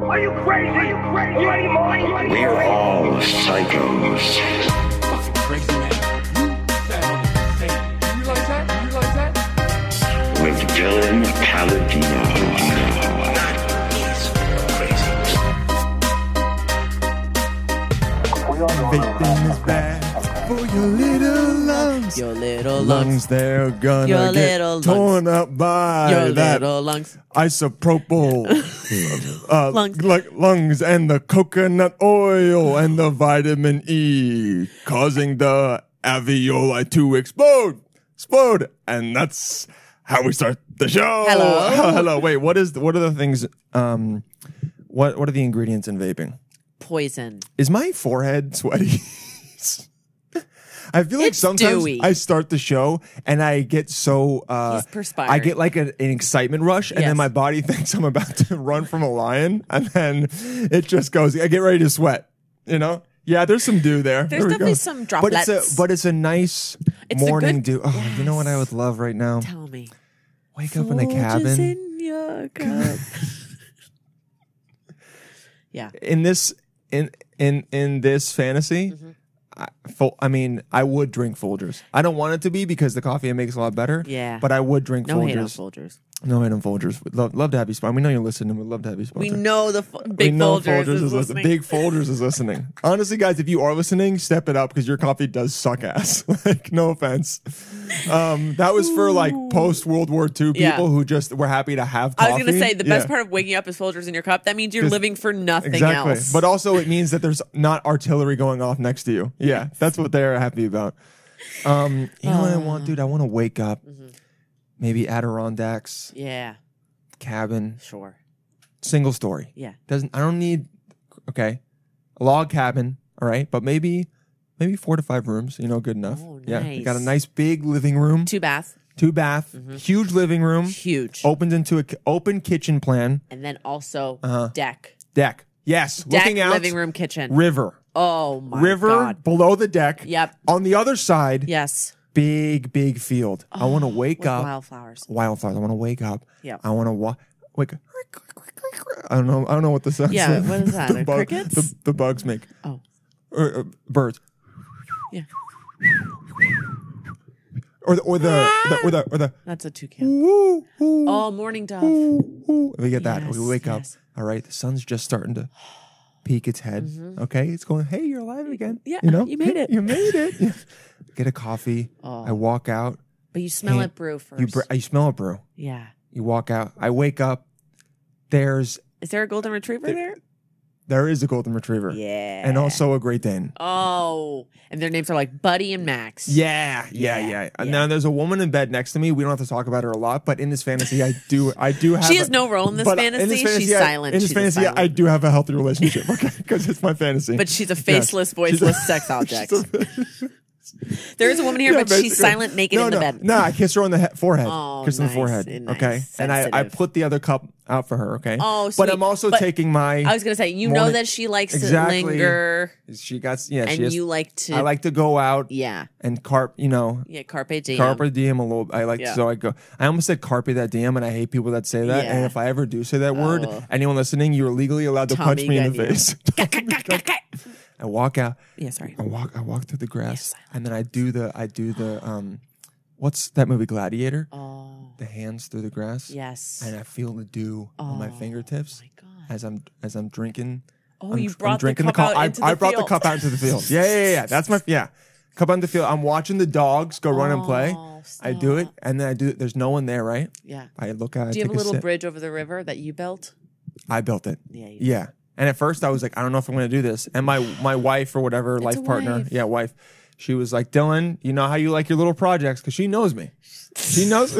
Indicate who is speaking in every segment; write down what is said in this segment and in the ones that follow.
Speaker 1: crazy? Are you crazy?
Speaker 2: We're all psychos.
Speaker 3: fucking crazy man. You sound insane. You realize that? You realize that?
Speaker 2: with Dylan Paladino.
Speaker 4: Everything is bad for your little lungs.
Speaker 5: Your little lungs.
Speaker 4: lungs, they're gonna
Speaker 5: Your
Speaker 4: get
Speaker 5: little lungs.
Speaker 4: torn up by
Speaker 5: Your
Speaker 4: that
Speaker 5: little lungs.
Speaker 4: isopropyl uh,
Speaker 5: Lungs.
Speaker 4: like lungs and the coconut oil and the vitamin E, causing the alveoli to explode, explode, and that's how we start the show.
Speaker 5: Hello.
Speaker 4: hello. Wait, what is? The, what are the things? Um, what what are the ingredients in vaping?
Speaker 5: Poison.
Speaker 4: Is my forehead sweaty? I feel like
Speaker 5: It's
Speaker 4: sometimes
Speaker 5: dewy.
Speaker 4: I start the show and I get so uh,
Speaker 5: He's perspiring.
Speaker 4: I get like a, an excitement rush, and then
Speaker 5: Yes.
Speaker 4: my body thinks I'm about to run from a lion, and then it just goes. I get ready to sweat. You know? Yeah, there's some dew there.
Speaker 5: There's
Speaker 4: There we
Speaker 5: definitely
Speaker 4: go.
Speaker 5: some
Speaker 4: But it's
Speaker 5: droplets.
Speaker 4: a but it's a nice
Speaker 5: It's a
Speaker 4: morning
Speaker 5: good-
Speaker 4: dew. Oh, you know what I would love right now?
Speaker 5: Tell me.
Speaker 4: Wake up in a
Speaker 5: Soldiers
Speaker 4: cabin.
Speaker 5: in your cup. yeah.
Speaker 4: in this in in in this fantasy,
Speaker 5: Mm-hmm.
Speaker 4: I, Fol- I mean, I would drink Folgers. I don't want it to be because the coffee it makes a lot better.
Speaker 5: Yeah.
Speaker 4: but I would drink
Speaker 5: No
Speaker 4: Folgers.
Speaker 5: hate on soldiers.
Speaker 4: No hate on Folgers. We'd love love to have you sponsor. We know you're listening. We'd love to have you sponsor.
Speaker 5: We know the fo-
Speaker 4: We
Speaker 5: big
Speaker 4: know
Speaker 5: Folgers, is,
Speaker 4: listen-
Speaker 5: listening.
Speaker 4: Big Folgers is listening. Honestly, guys, if you are listening, step it up because your coffee does suck ass. like, no offense. Um, that was for like post World War II people
Speaker 5: Yeah.
Speaker 4: who just were happy to have
Speaker 5: I
Speaker 4: coffee.
Speaker 5: was going to say the best
Speaker 4: Yeah.
Speaker 5: part of waking up is soldiers in your cup. That means you're
Speaker 4: Just-
Speaker 5: living for nothing
Speaker 4: Exactly.
Speaker 5: else.
Speaker 4: But also, it means that there's not artillery going off next to you. Yeah, that's what they're happy about. Um, you know what I want, dude? I want to wake up,
Speaker 5: Mm-hmm.
Speaker 4: maybe Adirondacks,
Speaker 5: yeah,
Speaker 4: cabin,
Speaker 5: sure.
Speaker 4: single story.
Speaker 5: Yeah.
Speaker 4: Doesn't I don't need okay, a log cabin. All right, but maybe maybe four to five rooms. You know, good enough.
Speaker 5: Oh,
Speaker 4: Yeah, you got a
Speaker 5: nice.
Speaker 4: nice big living room, two,
Speaker 5: Two baths,
Speaker 4: bath, huge living room,
Speaker 5: huge.
Speaker 4: opens into a ki- open kitchen plan
Speaker 5: And then also deck.
Speaker 4: deck. Yes,
Speaker 5: Deck,
Speaker 4: Uh-huh. looking out
Speaker 5: living room, kitchen.
Speaker 4: river.
Speaker 5: oh, my
Speaker 4: river
Speaker 5: God.
Speaker 4: below the deck.
Speaker 5: Yep.
Speaker 4: On the other side,
Speaker 5: Yes.
Speaker 4: big, big field. I want to wake
Speaker 5: Oh, With
Speaker 4: up.
Speaker 5: wildflowers.
Speaker 4: Wildflowers. I want to wake up.
Speaker 5: Yep.
Speaker 4: I want to wa- wake up. I don't know. I don't know what the sounds.
Speaker 5: Yeah, what is that?
Speaker 4: the,
Speaker 5: Are
Speaker 4: bug-
Speaker 5: crickets?
Speaker 4: the, the bugs make
Speaker 5: Oh,
Speaker 4: or uh, birds.
Speaker 5: Yeah.
Speaker 4: Or the or the, the or the or the
Speaker 5: that's a toucan.
Speaker 4: woo woo
Speaker 5: Oh, morning dove.
Speaker 4: woo, woo. We get that. we
Speaker 5: Yes,
Speaker 4: wake
Speaker 5: yes.
Speaker 4: up. All right. The sun's just starting to peek its head. Okay. It's going. Hey, you're alive again.
Speaker 5: Mm-hmm. Yeah,
Speaker 4: You know.
Speaker 5: you made it. Oh.
Speaker 4: you made it. get a coffee. I walk out.
Speaker 5: But you smell
Speaker 4: Hey,
Speaker 5: it brew first.
Speaker 4: You br- you smell a brew.
Speaker 5: yeah.
Speaker 4: You walk out. I wake up. There's
Speaker 5: Is there a golden retriever there?
Speaker 4: there is a golden retriever.
Speaker 5: Yeah.
Speaker 4: And also a Great Dane.
Speaker 5: Oh, and their names are like Buddy and Max.
Speaker 4: Yeah, yeah, yeah.
Speaker 5: Yeah,
Speaker 4: Uh,
Speaker 5: yeah.
Speaker 4: Now there's a woman in bed next to me. We don't have to talk about her a lot, but in this fantasy, I do, I do have.
Speaker 5: She
Speaker 4: a-
Speaker 5: has no role in this
Speaker 4: but uh,
Speaker 5: fantasy. She's
Speaker 4: I-
Speaker 5: silent.
Speaker 4: In this
Speaker 5: She's a
Speaker 4: fantasy,
Speaker 5: silent-
Speaker 4: I do have a healthy relationship, okay, because it's my fantasy.
Speaker 5: But she's a
Speaker 4: Yes.
Speaker 5: faceless,
Speaker 4: She's a-
Speaker 5: voiceless sex object. there is a woman here,
Speaker 4: Yeah,
Speaker 5: but she's
Speaker 4: basically.
Speaker 5: silent, naked
Speaker 4: no,
Speaker 5: in the
Speaker 4: no,
Speaker 5: bed.
Speaker 4: No, I kiss her on the he- forehead.
Speaker 5: Oh,
Speaker 4: kiss her on the
Speaker 5: nice,
Speaker 4: forehead.
Speaker 5: and nice,
Speaker 4: okay, and I, I
Speaker 5: sensitive.
Speaker 4: put the other cup out for her. Okay.
Speaker 5: Oh,
Speaker 4: but I'm
Speaker 5: sweet.
Speaker 4: also
Speaker 5: But
Speaker 4: taking my.
Speaker 5: I was gonna say, you know
Speaker 4: Morning-
Speaker 5: that she likes
Speaker 4: Exactly.
Speaker 5: to linger,
Speaker 4: She got yeah.
Speaker 5: and
Speaker 4: she has,
Speaker 5: you like to.
Speaker 4: I like to go out
Speaker 5: yeah,
Speaker 4: and carp. You know,
Speaker 5: yeah, carpe diem.
Speaker 4: Carpe diem a little. I like
Speaker 5: um, Yeah.
Speaker 4: so I go. I almost said carpe that diem, and I hate people that say that. And
Speaker 5: Yeah.
Speaker 4: if I ever do say that word,
Speaker 5: Oh.
Speaker 4: anyone listening, you're legally allowed to punch
Speaker 5: Tommy
Speaker 4: me in the
Speaker 5: gun you.
Speaker 4: face. I walk out.
Speaker 5: Yeah, sorry.
Speaker 4: I walk. I walk through the grass, and then I do the. I do the. Um, what's that movie Gladiator?
Speaker 5: Oh,
Speaker 4: The hands through the grass.
Speaker 5: yes.
Speaker 4: And I feel the dew on my
Speaker 5: Oh,
Speaker 4: fingertips
Speaker 5: my God.
Speaker 4: as I'm as I'm drinking.
Speaker 5: Oh,
Speaker 4: I'm,
Speaker 5: you
Speaker 4: I'm
Speaker 5: brought the
Speaker 4: drinking
Speaker 5: cup
Speaker 4: the cup.
Speaker 5: out
Speaker 4: I,
Speaker 5: into
Speaker 4: I
Speaker 5: the
Speaker 4: brought
Speaker 5: field.
Speaker 4: the cup out into the field. Yeah, yeah, yeah, yeah. That's my yeah. Cup out into the field. I'm watching the dogs go run and play.
Speaker 5: Oh,
Speaker 4: I do it,
Speaker 5: stop.
Speaker 4: and then I do. There's no one there, right?
Speaker 5: yeah.
Speaker 4: I look out. I
Speaker 5: Do you have
Speaker 4: take
Speaker 5: a little
Speaker 4: sip.
Speaker 5: bridge over the river that you built?
Speaker 4: I built it.
Speaker 5: Yeah, you did.
Speaker 4: yeah. And at first, I was like, I don't know if I'm going to do this. And my my wife or whatever, life
Speaker 5: a
Speaker 4: partner,
Speaker 5: wife.
Speaker 4: yeah, wife, she was like, Dylan, you know how you like your little projects because she knows me. She knows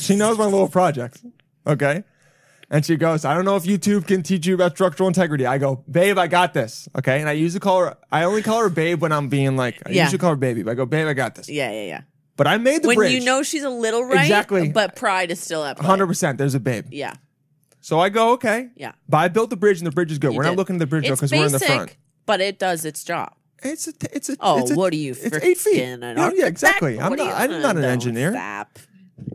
Speaker 4: she knows my little projects. Okay. And she goes, I don't know if YouTube can teach you about structural integrity. I go, babe, I got this. Okay. And I usually call her, I only call her babe when I'm being like, I
Speaker 5: Yeah.
Speaker 4: usually call her baby, but I go, babe, I got this.
Speaker 5: Yeah, yeah, yeah.
Speaker 4: But I made the
Speaker 5: when
Speaker 4: bridge.
Speaker 5: you know she's a little right,
Speaker 4: Exactly.
Speaker 5: but pride is still up.
Speaker 4: 100%, there's a babe.
Speaker 5: Yeah,
Speaker 4: So I go, okay.
Speaker 5: Yeah.
Speaker 4: But I built the bridge and the bridge is good.
Speaker 5: you
Speaker 4: we're
Speaker 5: did.
Speaker 4: not looking at the bridge though
Speaker 5: It's
Speaker 4: because we're in the
Speaker 5: basic,
Speaker 4: front.
Speaker 5: but it does its job.
Speaker 4: It's a, it's a,
Speaker 5: Oh,
Speaker 4: it's a,
Speaker 5: what are you?
Speaker 4: It's eight feet.
Speaker 5: frickin'
Speaker 4: yeah,
Speaker 5: an
Speaker 4: yeah,
Speaker 5: architect?
Speaker 4: exactly. I'm
Speaker 5: What are
Speaker 4: not,
Speaker 5: you-
Speaker 4: I'm not an
Speaker 5: No,
Speaker 4: engineer.
Speaker 5: stop.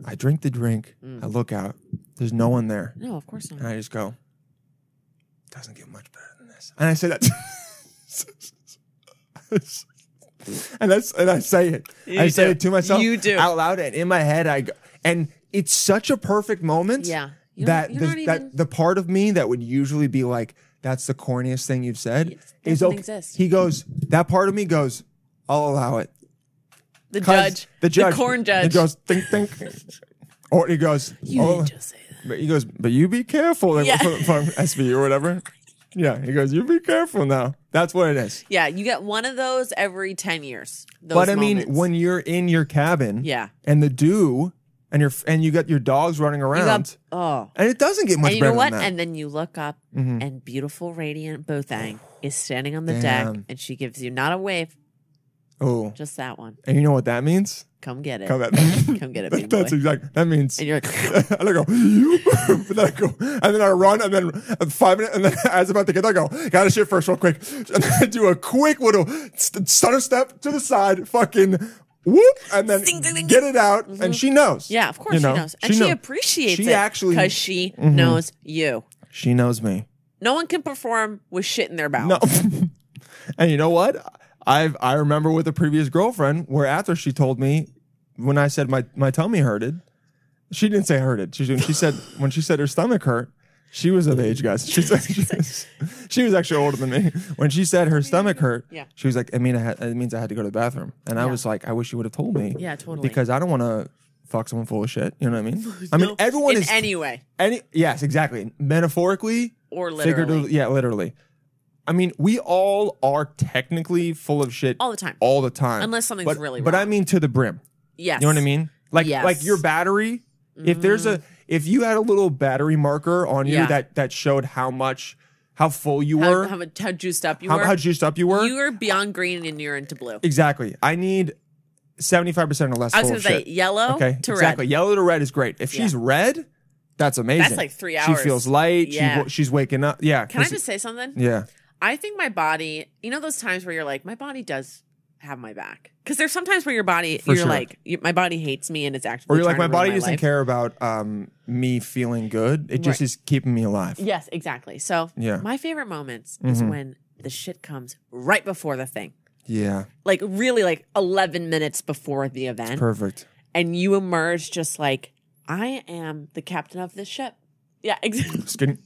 Speaker 4: I
Speaker 5: Mm.
Speaker 4: drink the drink. I look out. There's no one there.
Speaker 5: No, of course not.
Speaker 4: And I just go, doesn't get much better than this. And I say that. and that's and I say it. I
Speaker 5: You
Speaker 4: say
Speaker 5: do.
Speaker 4: it to myself
Speaker 5: You do.
Speaker 4: out loud and in my head I go and it's such a perfect moment.
Speaker 5: Yeah. You don't-
Speaker 4: that
Speaker 5: you're
Speaker 4: the,
Speaker 5: not even-
Speaker 4: that the part of me that would usually be like, that's the corniest thing you've said
Speaker 5: It
Speaker 4: is
Speaker 5: doesn't
Speaker 4: okay.
Speaker 5: exist.
Speaker 4: He goes, that part of me goes, I'll allow it.
Speaker 5: The
Speaker 4: 'Cause
Speaker 5: judge.
Speaker 4: The judge.
Speaker 5: The corn
Speaker 4: He
Speaker 5: judge.
Speaker 4: goes, think, think. Or he goes,
Speaker 5: you
Speaker 4: "Oh."
Speaker 5: didn't just say that.
Speaker 4: But he goes, but you be careful like,
Speaker 5: Yeah.
Speaker 4: from, from SVU or whatever. Yeah, he goes, you be careful now. That's what it is.
Speaker 5: Yeah, you get one of those every 10 years. Those
Speaker 4: but I mean,
Speaker 5: moments.
Speaker 4: when you're in your cabin,
Speaker 5: Yeah.
Speaker 4: and the dew, and you're and you got your dogs running
Speaker 5: you
Speaker 4: around,
Speaker 5: got, oh.
Speaker 4: and it doesn't get much
Speaker 5: And you
Speaker 4: better
Speaker 5: know what?
Speaker 4: than that. Mm-hmm.
Speaker 5: And then you look up, and beautiful, radiant Bothang is standing on the deck,
Speaker 4: Damn.
Speaker 5: and she gives you not a wave,
Speaker 4: oh,
Speaker 5: just that one.
Speaker 4: and you know what that means?
Speaker 5: Come get it.
Speaker 4: Come at me.
Speaker 5: Come get it, big boy.
Speaker 4: That's exactly that means.
Speaker 5: and you're like,
Speaker 4: and I go, but then I go, and then I run, and then and five minutes, and then as I'm about to get there, I go, gotta shit first, real quick. And then I do a quick little st- stutter step to the side, fucking whoop, and then
Speaker 5: Ding, ding, ding.
Speaker 4: get it out. And she knows.
Speaker 5: Mm-hmm. yeah, of course
Speaker 4: You know,
Speaker 5: she knows. And she,
Speaker 4: know-
Speaker 5: appreciates
Speaker 4: she
Speaker 5: it.
Speaker 4: actually- Mm-hmm.
Speaker 5: Because she knows you.
Speaker 4: She knows me.
Speaker 5: No one can perform with shit in their mouth.
Speaker 4: No. and you know what? I've I remember with a previous girlfriend where after she told me when I said my my tummy hurted, she didn't say hurted. She she said when she said her stomach hurt, she was of age, guys. She said she was, she was actually older than me. When she said her stomach hurt,
Speaker 5: Yeah.
Speaker 4: she was like, I mean, I had, it means I had to go to the bathroom, and I was like, I wish you would have told me.
Speaker 5: Yeah, totally.
Speaker 4: Because I don't want to fuck someone full of shit. You know what I mean? I mean, everyone
Speaker 5: in
Speaker 4: is
Speaker 5: any way.
Speaker 4: any yes, exactly. Metaphorically
Speaker 5: Or
Speaker 4: Figuratively,
Speaker 5: literally.
Speaker 4: yeah, literally. I mean, we all are technically full of shit
Speaker 5: All the time.
Speaker 4: all the time,
Speaker 5: Unless something's
Speaker 4: but,
Speaker 5: really
Speaker 4: But I
Speaker 5: wrong.
Speaker 4: mean to the brim.
Speaker 5: Yes.
Speaker 4: You know what I mean? Like
Speaker 5: Yes.
Speaker 4: like your battery. If there's a if you had a little battery marker on you
Speaker 5: Yeah.
Speaker 4: that that showed how much how full you
Speaker 5: How,
Speaker 4: were,
Speaker 5: how, much- how juiced up you
Speaker 4: how,
Speaker 5: were.
Speaker 4: how juiced up you were.
Speaker 5: you were beyond green and you're into blue.
Speaker 4: exactly. I need seventy five percent or less.
Speaker 5: I was
Speaker 4: full
Speaker 5: going
Speaker 4: of
Speaker 5: to say
Speaker 4: shit.
Speaker 5: yellow
Speaker 4: Okay,
Speaker 5: to
Speaker 4: exactly.
Speaker 5: red.
Speaker 4: Yellow to red is great. If she's red, that's amazing.
Speaker 5: like three
Speaker 4: She
Speaker 5: hours.
Speaker 4: feels light. She
Speaker 5: Yeah.
Speaker 4: wo- she's waking up. Yeah.
Speaker 5: Can I
Speaker 4: 'cause-
Speaker 5: just say something?
Speaker 4: Yeah.
Speaker 5: I think my body, you know, those times where you're like, my body does have my back. Because there's sometimes where your body,
Speaker 4: For
Speaker 5: you're
Speaker 4: sure.
Speaker 5: like, you, my body hates me and it's actively.
Speaker 4: Or you're like,
Speaker 5: trying
Speaker 4: my
Speaker 5: to
Speaker 4: body
Speaker 5: ruin
Speaker 4: doesn't
Speaker 5: life."
Speaker 4: care about um, me feeling good. It just
Speaker 5: Right.
Speaker 4: is keeping me alive.
Speaker 5: Yes, exactly. So,
Speaker 4: Yeah. Mm-hmm.
Speaker 5: my favorite moments is when the shit comes right before the thing,
Speaker 4: Yeah.
Speaker 5: like really like 11 minutes before the event,
Speaker 4: Perfect.
Speaker 5: and you emerge just like, I am the captain of this ship. Yeah, exactly.
Speaker 4: Just kidding.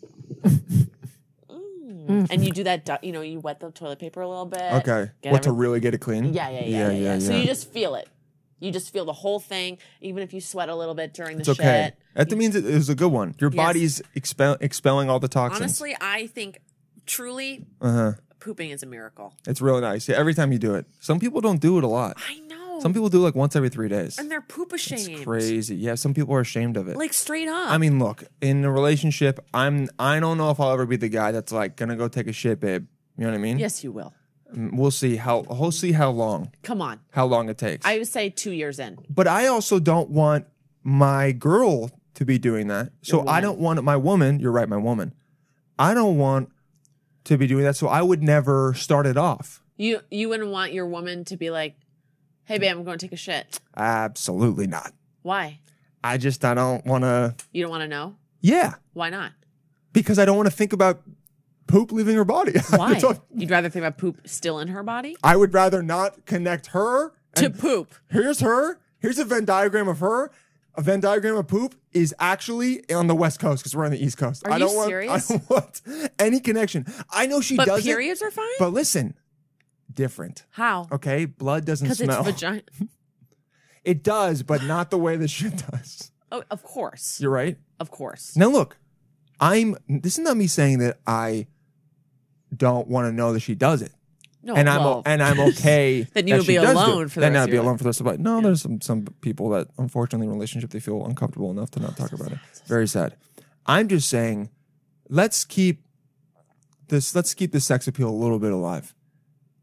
Speaker 5: and you do that, du- you know, you wet the toilet paper a little bit.
Speaker 4: Mm. Okay.
Speaker 5: Uh, Get
Speaker 4: what to
Speaker 5: every-
Speaker 4: really get it clean?
Speaker 5: Yeah, yeah, yeah, yeah, yeah. So you just feel it. You just feel the whole thing, even if you sweat a little bit during the
Speaker 4: it's okay.
Speaker 5: shit.
Speaker 4: That means it, it was a good one. Your body's expe- expelling all the toxins. Uh-huh.
Speaker 5: Honestly, I think truly pooping is a miracle.
Speaker 4: it's really nice. Yeah, every time you do it. Some people don't do it a lot.
Speaker 5: I know.
Speaker 4: Some people do like once every three days.
Speaker 5: and they're poop ashamed.
Speaker 4: It's crazy. Yeah, some people are ashamed of it.
Speaker 5: Like straight up.
Speaker 4: I mean, look, in a relationship, I'm I don't know if I'll ever be the guy that's like gonna go take a shit, babe. You know what I mean?
Speaker 5: yes, you will.
Speaker 4: We'll see how we'll see how long
Speaker 5: Come on.
Speaker 4: how long it takes.
Speaker 5: I would say two years in.
Speaker 4: but I also don't want my girl to be doing that. So I don't want my woman, you're right, my woman. I don't want to be doing that. So I would never start it off.
Speaker 5: You you wouldn't want your woman to be like, "Hey, babe, I'm going to take a shit."
Speaker 4: Absolutely not.
Speaker 5: Why?
Speaker 4: I just I don't want to
Speaker 5: You don't want to know?
Speaker 4: Yeah,
Speaker 5: Why not?
Speaker 4: because I don't want to think about poop leaving her body.
Speaker 5: Why?
Speaker 4: It's all-
Speaker 5: You'd rather think about poop still in her body
Speaker 4: I would rather not connect her
Speaker 5: to
Speaker 4: and
Speaker 5: poop.
Speaker 4: here's her. Here's a Venn diagram of her. A Venn diagram of poop is actually on the West Coast because we're on the East Coast.
Speaker 5: Are
Speaker 4: I
Speaker 5: you
Speaker 4: don't want
Speaker 5: serious?
Speaker 4: I don't want any connection. I know she
Speaker 5: But
Speaker 4: doesn't.
Speaker 5: periods are fine.
Speaker 4: But listen, different.
Speaker 5: How?
Speaker 4: Okay, blood doesn't
Speaker 5: Because it's
Speaker 4: smell.
Speaker 5: vagina.
Speaker 4: it does, but not the way this shit does.
Speaker 5: Oh, of course.
Speaker 4: You're right.
Speaker 5: Of course.
Speaker 4: Now look, I'm. This is not me saying that I don't want to know that she does it.
Speaker 5: No,
Speaker 4: and I'm o-
Speaker 5: well,
Speaker 4: and I'm okay.
Speaker 5: Then you
Speaker 4: that
Speaker 5: would be
Speaker 4: she does do
Speaker 5: alone
Speaker 4: it.
Speaker 5: for the
Speaker 4: then
Speaker 5: rest
Speaker 4: I'd
Speaker 5: of
Speaker 4: be
Speaker 5: your
Speaker 4: alone
Speaker 5: life.
Speaker 4: for the rest of my life. No, there's some some people that unfortunately in a relationship they feel uncomfortable enough to not talk about it. Very sad. I'm just saying, let's keep this. Let's keep the sex appeal a little bit alive.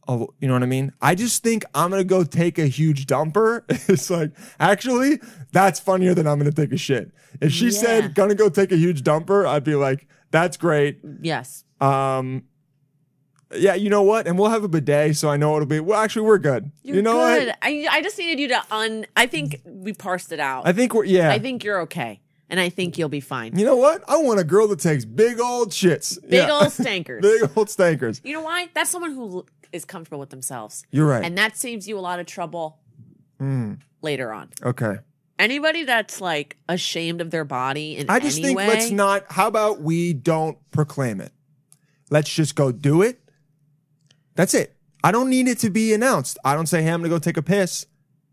Speaker 4: Oh, You know what I mean? I just think I'm gonna go take a huge dumper. It's like actually that's funnier than I'm gonna take a shit. If she
Speaker 5: Yeah.
Speaker 4: said gonna go take a huge dumper, I'd be like, that's great.
Speaker 5: yes.
Speaker 4: Um, yeah, you know what? And we'll have a bidet, so I know it'll be. Well, actually, we're good.
Speaker 5: You're
Speaker 4: you know
Speaker 5: good.
Speaker 4: what?
Speaker 5: I I just needed you to un. I think we parsed it out.
Speaker 4: I think we're yeah.
Speaker 5: I think you're okay. and I think you'll be fine.
Speaker 4: You know what? I want a girl that takes big old shits.
Speaker 5: Big
Speaker 4: Yeah.
Speaker 5: old stankers.
Speaker 4: big old stankers.
Speaker 5: You know why? That's someone who l- is comfortable with themselves.
Speaker 4: You're right. Mm.
Speaker 5: And that saves you a lot of trouble later on.
Speaker 4: Okay.
Speaker 5: Anybody that's like ashamed of their body in
Speaker 4: I just
Speaker 5: any
Speaker 4: think
Speaker 5: way,
Speaker 4: let's not. How about we don't proclaim it? Let's just go do it. That's it. I don't need it to be announced. I don't say, "Hey, I'm gonna go take a piss."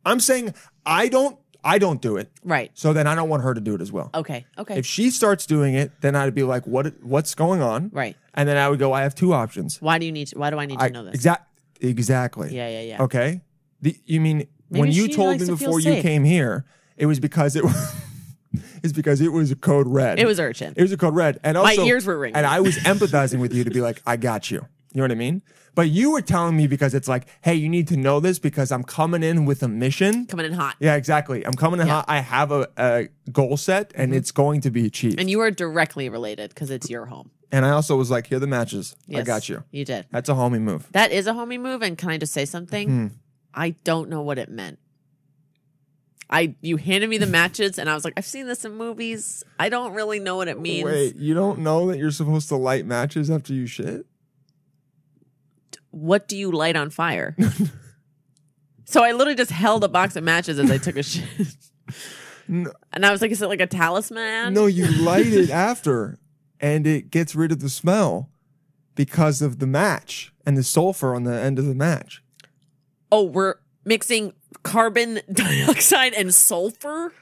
Speaker 4: I'm saying I don't. I don't do it.
Speaker 5: Right.
Speaker 4: So then I don't want her to do it as well.
Speaker 5: Okay. Okay.
Speaker 4: If she starts doing it, then I'd be like, "What? What's going on?"
Speaker 5: right.
Speaker 4: And then I would go, "I have two options."
Speaker 5: Why do you need to, why do I need to
Speaker 4: I
Speaker 5: know this?
Speaker 4: exact exactly.
Speaker 5: Yeah, yeah, yeah.
Speaker 4: Okay. The, you mean when
Speaker 5: Maybe
Speaker 4: you
Speaker 5: she
Speaker 4: told
Speaker 5: likes
Speaker 4: me
Speaker 5: to feel
Speaker 4: before you
Speaker 5: safe.
Speaker 4: came here, it was because it was it's because it was a code red.
Speaker 5: It was urchin.
Speaker 4: It was a code red, and also
Speaker 5: ears were ringing.
Speaker 4: and I was empathizing with you to be like, I got you. You know what I mean? But you were telling me because it's like, hey, you need to know this because I'm coming in with a mission.
Speaker 5: Coming in hot.
Speaker 4: Yeah, exactly. I'm coming in
Speaker 5: Yeah. Mm-hmm.
Speaker 4: hot. I have a, a goal set, and it's going to be achieved.
Speaker 5: And you are directly related because it's your home.
Speaker 4: And I also was like, here are the matches. I
Speaker 5: Yes,
Speaker 4: got you.
Speaker 5: You did.
Speaker 4: That's a homie move.
Speaker 5: That is a homie move. And can I just say something?
Speaker 4: Hmm.
Speaker 5: I don't know what it meant. I you handed me the matches and I was like, I've seen this in movies. I don't really know what it means.
Speaker 4: Wait, you don't know that you're supposed to light matches after you shit?
Speaker 5: What do you light on fire? so I literally just held a box of matches as I took a shit. And I was like, is it like a talisman?
Speaker 4: No, you light it after, and it gets rid of the smell because of the match and the sulfur on the end of the match.
Speaker 5: Oh, we're mixing carbon dioxide and sulfur?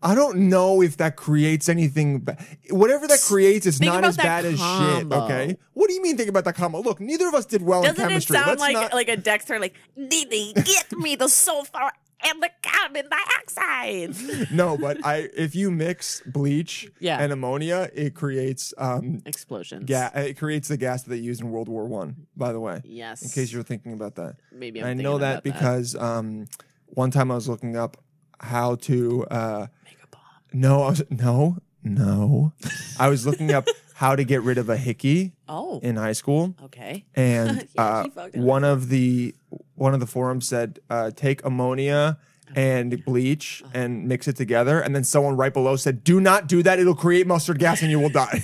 Speaker 4: I don't know if that creates anything. Ba- Whatever that creates is
Speaker 5: Think
Speaker 4: not
Speaker 5: about
Speaker 4: as
Speaker 5: that
Speaker 4: bad as shit.
Speaker 5: combo.
Speaker 4: Okay. What do you mean? Think about that combo. Look, neither of us did well in
Speaker 5: Doesn't it
Speaker 4: chemistry.
Speaker 5: sound
Speaker 4: Let's
Speaker 5: like
Speaker 4: not-
Speaker 5: like a Dexter like Didi, get me the sulfur and the carbon dioxide?
Speaker 4: no, but I if you mix bleach
Speaker 5: Yeah.
Speaker 4: and ammonia, it creates um
Speaker 5: Explosions.
Speaker 4: yeah, it creates the gas that they used in World War One. By the way,
Speaker 5: Yes.
Speaker 4: in case you're thinking about that.
Speaker 5: maybe I'm
Speaker 4: I
Speaker 5: thinking
Speaker 4: know that
Speaker 5: about
Speaker 4: because um, one time I was looking up how to uh, make a bomb. No, I was, no, no. I was looking up how to get rid of a hickey
Speaker 5: Oh.
Speaker 4: in high school,
Speaker 5: okay.
Speaker 4: and
Speaker 5: Yeah,
Speaker 4: uh,
Speaker 5: she fucked it up.
Speaker 4: one of the one of the forums said uh, take ammonia and bleach
Speaker 5: Uh-huh.
Speaker 4: and mix it together, and then someone right below said, "Do not do that; it'll create mustard gas and you will die."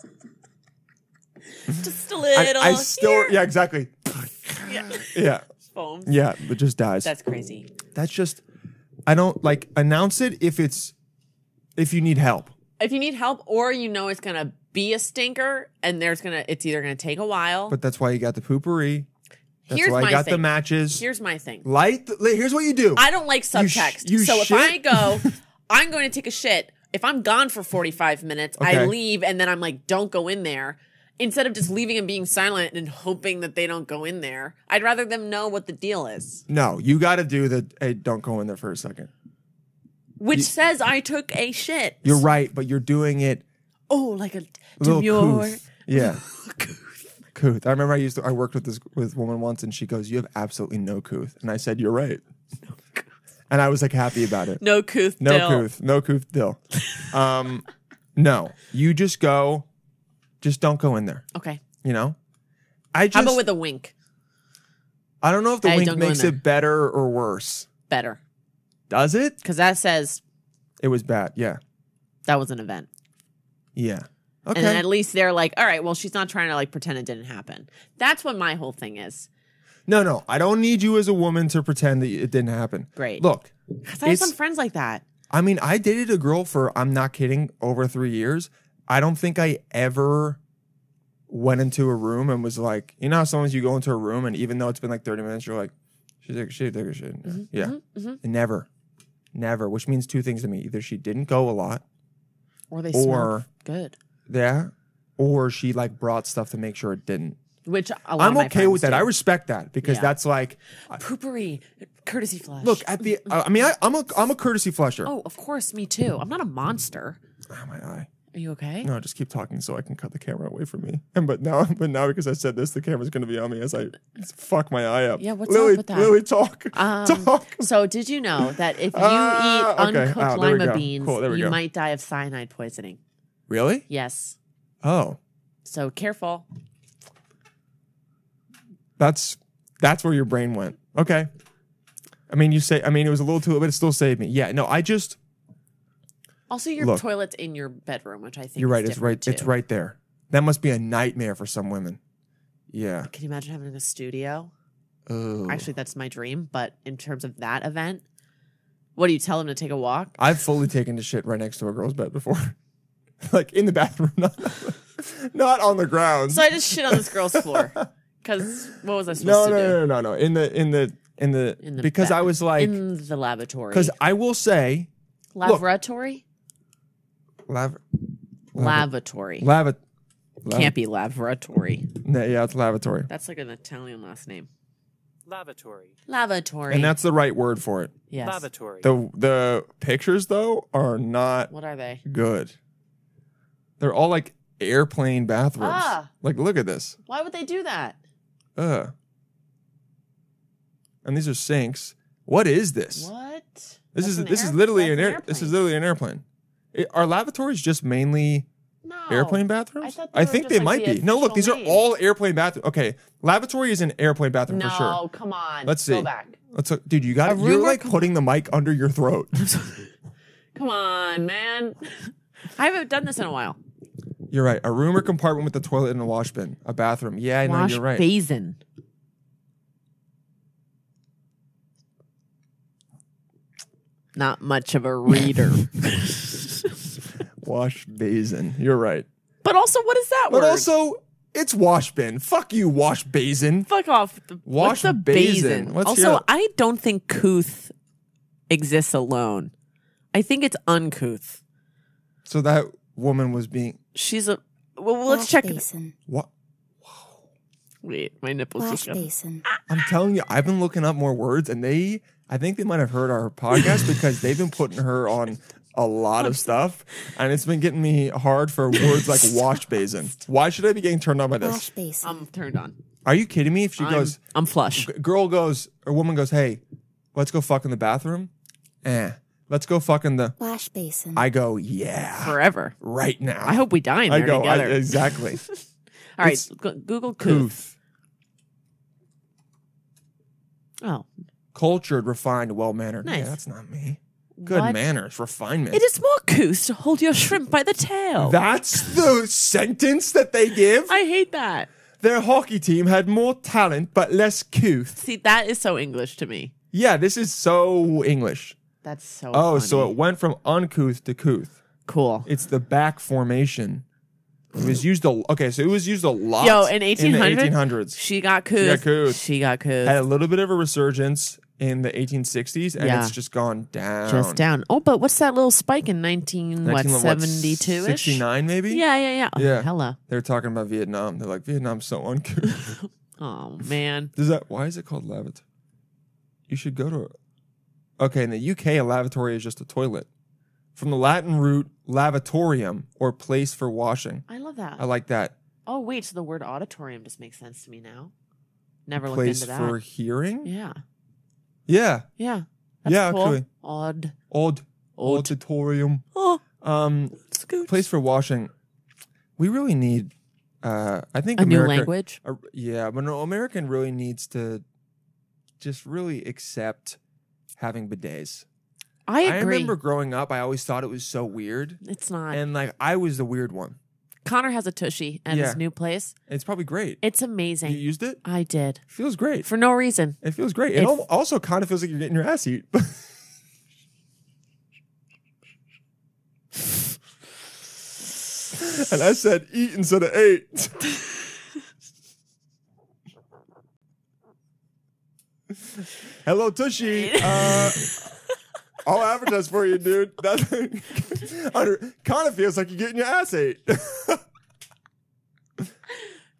Speaker 5: Just a
Speaker 4: I,
Speaker 5: little.
Speaker 4: I still,
Speaker 5: here.
Speaker 4: yeah, exactly,
Speaker 5: Yeah.
Speaker 4: yeah,
Speaker 5: Foam.
Speaker 4: yeah, it just dies.
Speaker 5: That's crazy.
Speaker 4: that's just I don't like announce it if it's if you need help.
Speaker 5: If you need help, or you know it's gonna be a stinker, and there's gonna, it's either gonna take a while.
Speaker 4: But that's why you got the poopery. That's
Speaker 5: Here's
Speaker 4: why
Speaker 5: my
Speaker 4: you got the
Speaker 5: thing.
Speaker 4: matches.
Speaker 5: Here's my thing.
Speaker 4: Light. The, li- here's what you do.
Speaker 5: I don't like
Speaker 4: You sh-
Speaker 5: subtext.
Speaker 4: you
Speaker 5: so
Speaker 4: shit?
Speaker 5: if I go, I'm going to take a shit. If I'm gone for 45 minutes,
Speaker 4: Okay.
Speaker 5: I leave and then I'm like, don't go in there. Instead of just leaving and being silent and hoping that they don't go in there, I'd rather them know what the deal is.
Speaker 4: no, you got to do the. Hey, don't go in there for a second.
Speaker 5: Which says I took a shit.
Speaker 4: You're right, but you're doing it
Speaker 5: oh, like a
Speaker 4: a little
Speaker 5: demure.
Speaker 4: couth. Yeah, couth. I remember I used to. I worked with this with woman once, and she goes, "You have absolutely no couth," and I said, "You're right," and I was like happy about it.
Speaker 5: No couth.
Speaker 4: No
Speaker 5: dill.
Speaker 4: couth. No couth dill. Um, no, you just go. Just don't go in there.
Speaker 5: Okay.
Speaker 4: You know, I
Speaker 5: How
Speaker 4: just
Speaker 5: about with a wink?
Speaker 4: I don't know if the
Speaker 5: Hey,
Speaker 4: wink
Speaker 5: don't go in
Speaker 4: makes
Speaker 5: there.
Speaker 4: it better or worse.
Speaker 5: Better.
Speaker 4: Does it?
Speaker 5: Because that says
Speaker 4: It was bad. Yeah,
Speaker 5: that was an event.
Speaker 4: yeah. Okay.
Speaker 5: And then at least they're like, all right, well, she's not trying to like pretend it didn't happen. That's what my whole thing is.
Speaker 4: no, no. I don't need you as a woman to pretend that it didn't happen.
Speaker 5: Great.
Speaker 4: Look,
Speaker 5: Because I have
Speaker 4: It's-
Speaker 5: some friends like that.
Speaker 4: I mean, I dated a girl for I'm not kidding over three years. I don't think I ever went into a room and was like, you know, how sometimes you go into a room and even though it's been like 30 minutes, you're like, she took, she took a shit.
Speaker 5: Mm-hmm,
Speaker 4: yeah, never, never. Which means two things to me: either she didn't go a lot,
Speaker 5: Or they
Speaker 4: Or-
Speaker 5: smell good.
Speaker 4: yeah, or she like brought stuff to make sure it didn't.
Speaker 5: Which a lot of
Speaker 4: I'm
Speaker 5: my
Speaker 4: okay with that.
Speaker 5: friends
Speaker 4: I
Speaker 5: do.
Speaker 4: respect that because
Speaker 5: Yeah.
Speaker 4: that's like,
Speaker 5: poopery courtesy flush.
Speaker 4: look at the. Uh, I mean, I, I'm a I'm a courtesy flusher.
Speaker 5: Mm-hmm. oh, of course, me too. I'm not a monster.
Speaker 4: oh my eye.
Speaker 5: Are you okay?
Speaker 4: No, just keep talking so I can cut the camera away from me. And but now, but now because I said this, the camera's going to be on me as I fuck my eye up.
Speaker 5: Yeah, what's
Speaker 4: Lily,
Speaker 5: up with that?
Speaker 4: Lily, talk,
Speaker 5: Um,
Speaker 4: talk.
Speaker 5: So, did you know that if you
Speaker 4: Ah,
Speaker 5: eat
Speaker 4: okay.
Speaker 5: uncooked
Speaker 4: Ah, there we
Speaker 5: lima
Speaker 4: go.
Speaker 5: beans,
Speaker 4: Cool, there we
Speaker 5: you
Speaker 4: go.
Speaker 5: might die of cyanide poisoning?
Speaker 4: Really?
Speaker 5: Yes.
Speaker 4: Oh,
Speaker 5: So careful.
Speaker 4: that's that's where your brain went. Okay. I mean, you say. I mean, it was a little too, but it still saved me. Yeah. No, I just.
Speaker 5: Also, your
Speaker 4: Look.
Speaker 5: toilet's in your bedroom, which I think
Speaker 4: You're
Speaker 5: is
Speaker 4: right. It's
Speaker 5: different,
Speaker 4: right. It's
Speaker 5: too.
Speaker 4: right there. That must be a nightmare for some women. Yeah.
Speaker 5: Can you imagine having a studio?
Speaker 4: Ugh.
Speaker 5: Actually, that's my dream. But in terms of that event, what do you tell them to take a walk?
Speaker 4: I've fully taken to shit right next to a girl's bed before, like in the bathroom, not not on the ground.
Speaker 5: So I just shit on this girl's floor because what was I
Speaker 4: no, no,
Speaker 5: supposed to do?
Speaker 4: no, no, no. In the in the in the,
Speaker 5: In the
Speaker 4: because I
Speaker 5: back-
Speaker 4: was like
Speaker 5: in the laboratory.
Speaker 4: because I will say
Speaker 5: laboratory,
Speaker 4: lav
Speaker 5: lavatory,
Speaker 4: lav
Speaker 5: can't be laboratory.
Speaker 4: no, yeah it's lavatory
Speaker 5: That's like an Italian last name.
Speaker 6: Lavatory.
Speaker 5: Lavatory,
Speaker 4: and that's the right word for it.
Speaker 5: yes.
Speaker 6: Lavatory.
Speaker 4: The the pictures though are not
Speaker 5: What are they?
Speaker 4: good. They're all like airplane bathrooms.
Speaker 5: Ah.
Speaker 4: Like look at this.
Speaker 5: Why would they do that?
Speaker 4: Ugh. And these are sinks. What is this?
Speaker 5: What?
Speaker 4: This
Speaker 5: That's
Speaker 4: is
Speaker 5: an
Speaker 4: this is
Speaker 5: air-
Speaker 4: literally
Speaker 5: that's
Speaker 4: an air, this
Speaker 5: airplane.
Speaker 4: is literally an airplane. It- are lavatories just mainly
Speaker 5: no.
Speaker 4: airplane bathrooms?
Speaker 5: Oh, I thought they
Speaker 4: I
Speaker 5: were
Speaker 4: think
Speaker 5: just,
Speaker 4: they
Speaker 5: like,
Speaker 4: might
Speaker 5: the
Speaker 4: be. No, look, these
Speaker 5: official
Speaker 4: are
Speaker 5: name.
Speaker 4: all airplane bathrooms. Okay, lavatory is an airplane bathroom
Speaker 5: No,
Speaker 4: for sure.
Speaker 5: come on.
Speaker 4: Let's see.
Speaker 5: Go back.
Speaker 4: Let's look- dude, you got
Speaker 5: A
Speaker 4: you're
Speaker 5: rumor
Speaker 4: like
Speaker 5: com-
Speaker 4: putting the mic under your throat.
Speaker 5: Come on, man. I haven't done this in a while.
Speaker 4: you're right. A room or compartment with a toilet and a wash bin, a bathroom. Yeah, I know
Speaker 5: Wash
Speaker 4: you're right.
Speaker 5: basin. Not much of a reader.
Speaker 4: wash basin. You're right.
Speaker 5: but also, what is that
Speaker 4: But
Speaker 5: word?
Speaker 4: also, it's wash bin. Fuck you, wash basin.
Speaker 5: fuck off. The-
Speaker 4: Wash
Speaker 5: What's a
Speaker 4: basin?
Speaker 5: basin?
Speaker 4: Let's hear
Speaker 5: also,
Speaker 4: it.
Speaker 5: I don't think couth exists alone. I think it's uncouth.
Speaker 4: So that woman was being
Speaker 5: She's a. Well, let's
Speaker 7: Wash
Speaker 5: check.
Speaker 7: Basin.
Speaker 4: what?
Speaker 5: Wait, my nipples
Speaker 7: Wash
Speaker 5: just got.
Speaker 7: basin.
Speaker 4: I'm telling you, I've been looking up more words, and they, I think they might have heard our podcast because they've been putting her on a lot of stuff, and it's been getting me hard for words like wash basin. Why should I be getting turned on by this?
Speaker 7: Wash basin.
Speaker 5: I'm turned on.
Speaker 4: Are you kidding me? If she
Speaker 5: I'm,
Speaker 4: goes,
Speaker 5: I'm flush.
Speaker 4: g- girl goes, or woman goes, hey, let's go fuck in the bathroom. Eh, let's go fuck in the.
Speaker 7: Wash basin.
Speaker 4: I go, yeah,
Speaker 5: forever.
Speaker 4: right now.
Speaker 5: I hope we die in
Speaker 4: I
Speaker 5: there
Speaker 4: go I,
Speaker 5: together.
Speaker 4: exactly.
Speaker 5: All right,
Speaker 4: it's-
Speaker 5: go- Google couth.
Speaker 4: Couth,
Speaker 5: Oh,
Speaker 4: cultured, refined, well mannered. Yeah,
Speaker 5: Nice.
Speaker 4: that's not me. Good
Speaker 5: What?
Speaker 4: manners, refinement.
Speaker 5: It is more couth to hold your shrimp by the tail.
Speaker 4: That's the sentence that they give.
Speaker 5: Oh. I hate that.
Speaker 4: Their hockey team had more talent but less couth.
Speaker 5: See, that is so English to me.
Speaker 4: Yeah, this is so English.
Speaker 5: That's so.
Speaker 4: Oh, so
Speaker 5: funny.
Speaker 4: it went from uncouth to couth.
Speaker 5: cool.
Speaker 4: It's the back formation. It was used a okay, so it was used a lot.
Speaker 5: Yo, in
Speaker 4: eighteen
Speaker 5: 1800?
Speaker 4: hundreds,
Speaker 5: She got couth.
Speaker 4: got couth.
Speaker 5: She got couth.
Speaker 4: had a little bit of a resurgence in the eighteen sixties, and
Speaker 5: Yeah.
Speaker 4: it's just gone down.
Speaker 5: Just down. Oh, but what's that little spike in nineteen what
Speaker 4: 19
Speaker 5: seventy two ish?
Speaker 4: sixty nine maybe.
Speaker 5: Yeah, yeah, yeah. Oh,
Speaker 4: Yeah.
Speaker 5: Hella.
Speaker 4: they were talking about Vietnam. They're like Vietnam's so uncouth.
Speaker 5: Oh man.
Speaker 4: Does that why is it called lavatory? You should go to Okay, in the UK a lavatory is just a toilet. From the Latin root lavatorium or place for washing.
Speaker 5: I love that.
Speaker 4: I like that.
Speaker 5: oh wait, so the word auditorium just makes sense to me now. Never looked
Speaker 4: place
Speaker 5: into that.
Speaker 4: for hearing?
Speaker 5: yeah.
Speaker 4: Yeah.
Speaker 5: Yeah. That's
Speaker 4: Yeah,
Speaker 5: cool.
Speaker 4: actually.
Speaker 5: Odd.
Speaker 4: Odd
Speaker 5: Odd.
Speaker 4: auditorium.
Speaker 5: Oh,
Speaker 4: Um
Speaker 5: scoot.
Speaker 4: place for washing. We really need uh I think
Speaker 5: a new
Speaker 4: America-
Speaker 5: language.
Speaker 4: a- yeah, but no American really needs to just really accept having bidets.
Speaker 5: I agree.
Speaker 4: remember growing up, I always thought it was so weird.
Speaker 5: it's not.
Speaker 4: And like I was the weird one.
Speaker 5: Connor has a tushy at
Speaker 4: Yeah.
Speaker 5: his new place.
Speaker 4: It's probably great.
Speaker 5: It's
Speaker 4: you
Speaker 5: amazing.
Speaker 4: used it?
Speaker 5: I did
Speaker 4: feels great.
Speaker 5: for no reason.
Speaker 4: It feels great. It
Speaker 5: It's-
Speaker 4: al- also kind of feels like you're getting your ass eat. and I said eat instead of ate. Hello, Tushy. Uh, I'll advertise for you, dude. That kind of feels like you're getting your ass ate.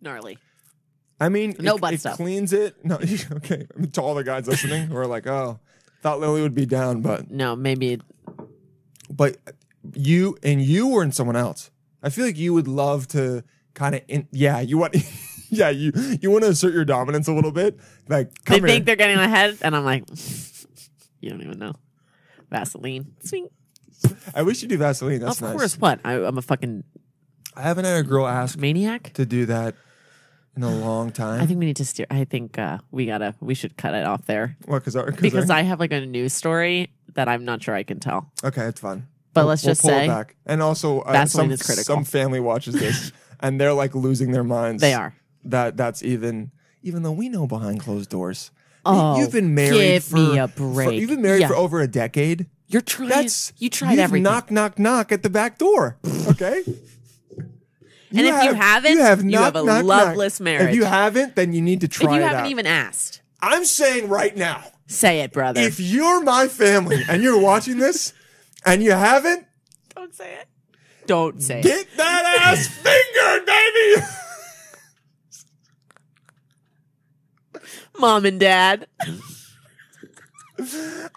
Speaker 5: Gnarly.
Speaker 4: I mean,
Speaker 5: No
Speaker 4: it,
Speaker 5: butt
Speaker 4: it
Speaker 5: stuff.
Speaker 4: cleans it. No, okay. I mean, to all the guys listening who are like, oh, thought Lily would be down, but
Speaker 5: No, maybe
Speaker 4: but you and you were in someone else. I feel like you would love to kind of, in, yeah, you want, yeah, you you want to assert your dominance a little bit. Like,
Speaker 5: they
Speaker 4: come here.
Speaker 5: think they're getting ahead, and I'm like, you don't even know. Vaseline. Swing.
Speaker 4: I wish you do Vaseline. That's
Speaker 5: of
Speaker 4: nice.
Speaker 5: course, what? I, I'm a fucking
Speaker 4: I haven't had a girl ask me
Speaker 5: maniac.
Speaker 4: to do that in a long time.
Speaker 5: I think we need to steer. I think uh, we gotta. We should cut it off there
Speaker 4: what? Cause, I- cause
Speaker 5: because
Speaker 4: I,
Speaker 5: I have like a news story that I'm not sure I can tell.
Speaker 4: okay, it's fun.
Speaker 5: But let's
Speaker 4: We'll
Speaker 5: just
Speaker 4: pull it
Speaker 5: say
Speaker 4: back. And also, uh,
Speaker 5: Vaseline
Speaker 4: some,
Speaker 5: is critical.
Speaker 4: some family watches this and they're like losing their minds.
Speaker 5: they are.
Speaker 4: That that's even even though we know behind closed doors.
Speaker 5: Oh,
Speaker 4: you've been married
Speaker 5: give
Speaker 4: for
Speaker 5: me a
Speaker 4: for-
Speaker 5: break.
Speaker 4: you've been married
Speaker 5: Yeah.
Speaker 4: for over a decade.
Speaker 5: You're trying.
Speaker 4: That's
Speaker 5: you tried
Speaker 4: you've
Speaker 5: everything.
Speaker 4: Knock, knock, knock at the back door. Okay.
Speaker 5: and if you haven't, you have, a loveless marriage.
Speaker 4: If you haven't, then you need to
Speaker 5: If
Speaker 4: try
Speaker 5: you
Speaker 4: it
Speaker 5: haven't
Speaker 4: out.
Speaker 5: even asked,
Speaker 4: I'm saying right now,
Speaker 5: say it, brother.
Speaker 4: if you're my family and you're watching this and you haven't,
Speaker 5: Don't say it. Don't say it.
Speaker 4: get that ass fingered, baby.
Speaker 5: Mom and dad.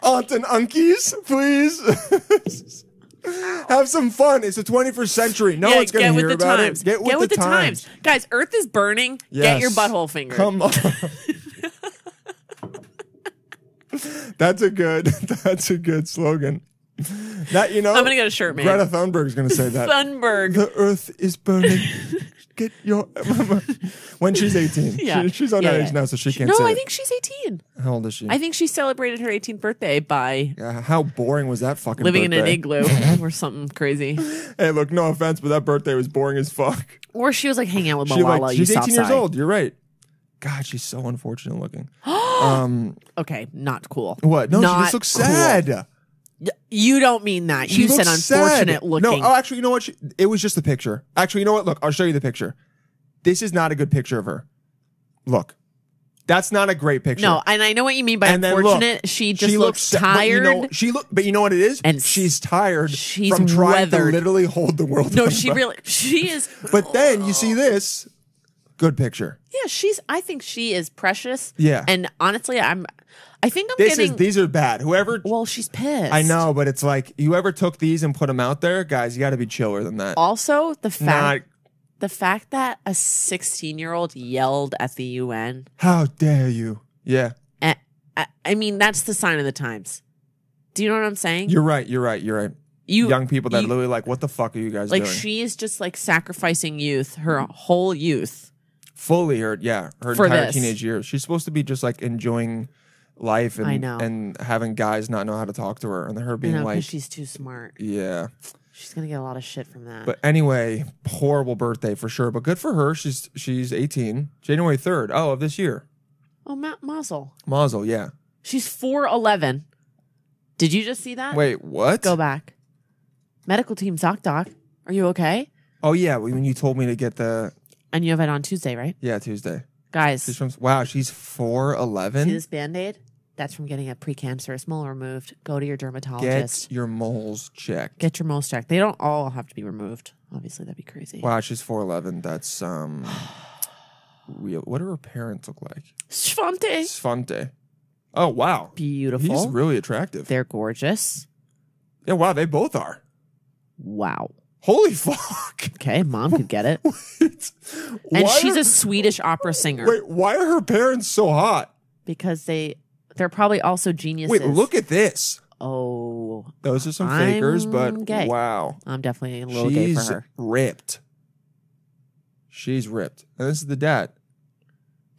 Speaker 4: Aunt and unkies, please. Have some fun. It's the 21st century. No
Speaker 5: Yeah,
Speaker 4: one's going to
Speaker 5: get
Speaker 4: hear
Speaker 5: with the
Speaker 4: about
Speaker 5: times.
Speaker 4: it. Get with,
Speaker 5: the, times. Guys, Earth is burning. Get your
Speaker 4: Yes.
Speaker 5: butthole finger.
Speaker 4: Come on. that's a good. That's a good slogan. That you know.
Speaker 5: I'm gonna get a shirt made.
Speaker 4: Greta Thunberg's gonna say that.
Speaker 5: Thunberg.
Speaker 4: the Earth is burning. Get your when she's 18.
Speaker 5: Yeah.
Speaker 4: She- she's underage
Speaker 5: Yeah, yeah.
Speaker 4: now, so she can't.
Speaker 5: No,
Speaker 4: say
Speaker 5: I
Speaker 4: it.
Speaker 5: think she's 18.
Speaker 4: How old is she?
Speaker 5: I think she celebrated her 18th birthday by
Speaker 4: Yeah, how boring was that fucking
Speaker 5: living in an
Speaker 4: birthday?
Speaker 5: igloo or something crazy.
Speaker 4: Hey, look, no offense, but that birthday was boring as fuck.
Speaker 5: Or she was like hanging out with
Speaker 4: She,
Speaker 5: Malala.
Speaker 4: like,
Speaker 5: you
Speaker 4: she's
Speaker 5: soft
Speaker 4: 18 years
Speaker 5: sigh.
Speaker 4: old. You're right. God, she's so unfortunate looking. um,
Speaker 5: Okay, not cool.
Speaker 4: what? No,
Speaker 5: not
Speaker 4: she just looks
Speaker 5: cool.
Speaker 4: sad.
Speaker 5: You don't mean that.
Speaker 4: She
Speaker 5: you said
Speaker 4: looks sad.
Speaker 5: unfortunate looking.
Speaker 4: No, oh, actually, you know what? She, it was just the picture. Actually, you know what? Look, I'll show you the picture. This is not a good picture of her. Look, that's not a great picture.
Speaker 5: No, and I know what you mean by
Speaker 4: And then look,
Speaker 5: unfortunate. she just looks,
Speaker 4: sa- but you
Speaker 5: tired.
Speaker 4: know- she look, but you know what it is?
Speaker 5: And s-
Speaker 4: she's tired
Speaker 5: she's
Speaker 4: from trying
Speaker 5: weathered.
Speaker 4: to literally hold the world.
Speaker 5: no,
Speaker 4: on
Speaker 5: she
Speaker 4: her back.
Speaker 5: really. She is.
Speaker 4: But then you see this good picture.
Speaker 5: Yeah, she's. I think she is precious.
Speaker 4: Yeah.
Speaker 5: And honestly, I'm. I think I'm
Speaker 4: This
Speaker 5: getting.
Speaker 4: is these are bad. Whoever
Speaker 5: well, she's pissed.
Speaker 4: I know, but it's like you ever took these and put them out there, guys. You got to be chiller than that.
Speaker 5: Also, the
Speaker 4: Not
Speaker 5: fact the fact that a 16 year old yelled at the UN.
Speaker 4: how dare you? Yeah,
Speaker 5: eh, I, I mean, that's the sign of the times. Do you know what I'm saying?
Speaker 4: you're right. You're right. You're right.
Speaker 5: you
Speaker 4: Young people that
Speaker 5: you-
Speaker 4: literally like, what the fuck are you guys
Speaker 5: like
Speaker 4: doing?
Speaker 5: she is just like sacrificing youth, her whole youth.
Speaker 4: Fully her, yeah, her
Speaker 5: For
Speaker 4: entire
Speaker 5: this.
Speaker 4: teenage years. She's supposed to be just like enjoying life and
Speaker 5: I know.
Speaker 4: and having guys not know how to talk to her and her
Speaker 5: You
Speaker 4: being
Speaker 5: know,
Speaker 4: like,
Speaker 5: because she's too smart.
Speaker 4: yeah.
Speaker 5: She's gonna get a lot of shit from that.
Speaker 4: But anyway, horrible birthday for sure. But good for her. She's she's 18, January 3rd. Oh, of this year.
Speaker 5: oh, Ma- Mazel.
Speaker 4: Mazel, yeah.
Speaker 5: She's four eleven. Did you just see that?
Speaker 4: Wait, what?
Speaker 5: Uh, Go back. Medical team, Doc Doc. Are you okay?
Speaker 4: Oh yeah, when you told me to get the
Speaker 5: And you have it on Tuesday, right?
Speaker 4: yeah Tuesday.
Speaker 5: Guys,
Speaker 4: She's from wow. She's four
Speaker 5: see
Speaker 4: eleven.
Speaker 5: this band aid? That's from getting a precancerous mole removed. Go to your
Speaker 4: Get
Speaker 5: dermatologist.
Speaker 4: your moles checked.
Speaker 5: Get your moles checked. They don't all have to be removed. Obviously, that'd be crazy.
Speaker 4: wow, she's four eleven. That's um. Real. What do her parents look like?
Speaker 5: Svante.
Speaker 4: Sfante. Oh wow,
Speaker 5: Beautiful.
Speaker 4: he's really attractive.
Speaker 5: They're gorgeous.
Speaker 4: yeah, wow, they both are.
Speaker 5: Wow.
Speaker 4: Holy fuck!
Speaker 5: Okay, mom could get it.
Speaker 4: and
Speaker 5: And she's a Swedish opera singer
Speaker 4: wait. Why are her parents so hot?
Speaker 5: because they they're probably also geniuses.
Speaker 4: Wait, look at this.
Speaker 5: Oh,
Speaker 4: Those are some
Speaker 5: I'm
Speaker 4: fakers, but
Speaker 5: gay.
Speaker 4: wow,
Speaker 5: I'm definitely a little gay for
Speaker 4: she's
Speaker 5: her.
Speaker 4: ripped. She's ripped, and this is the dad.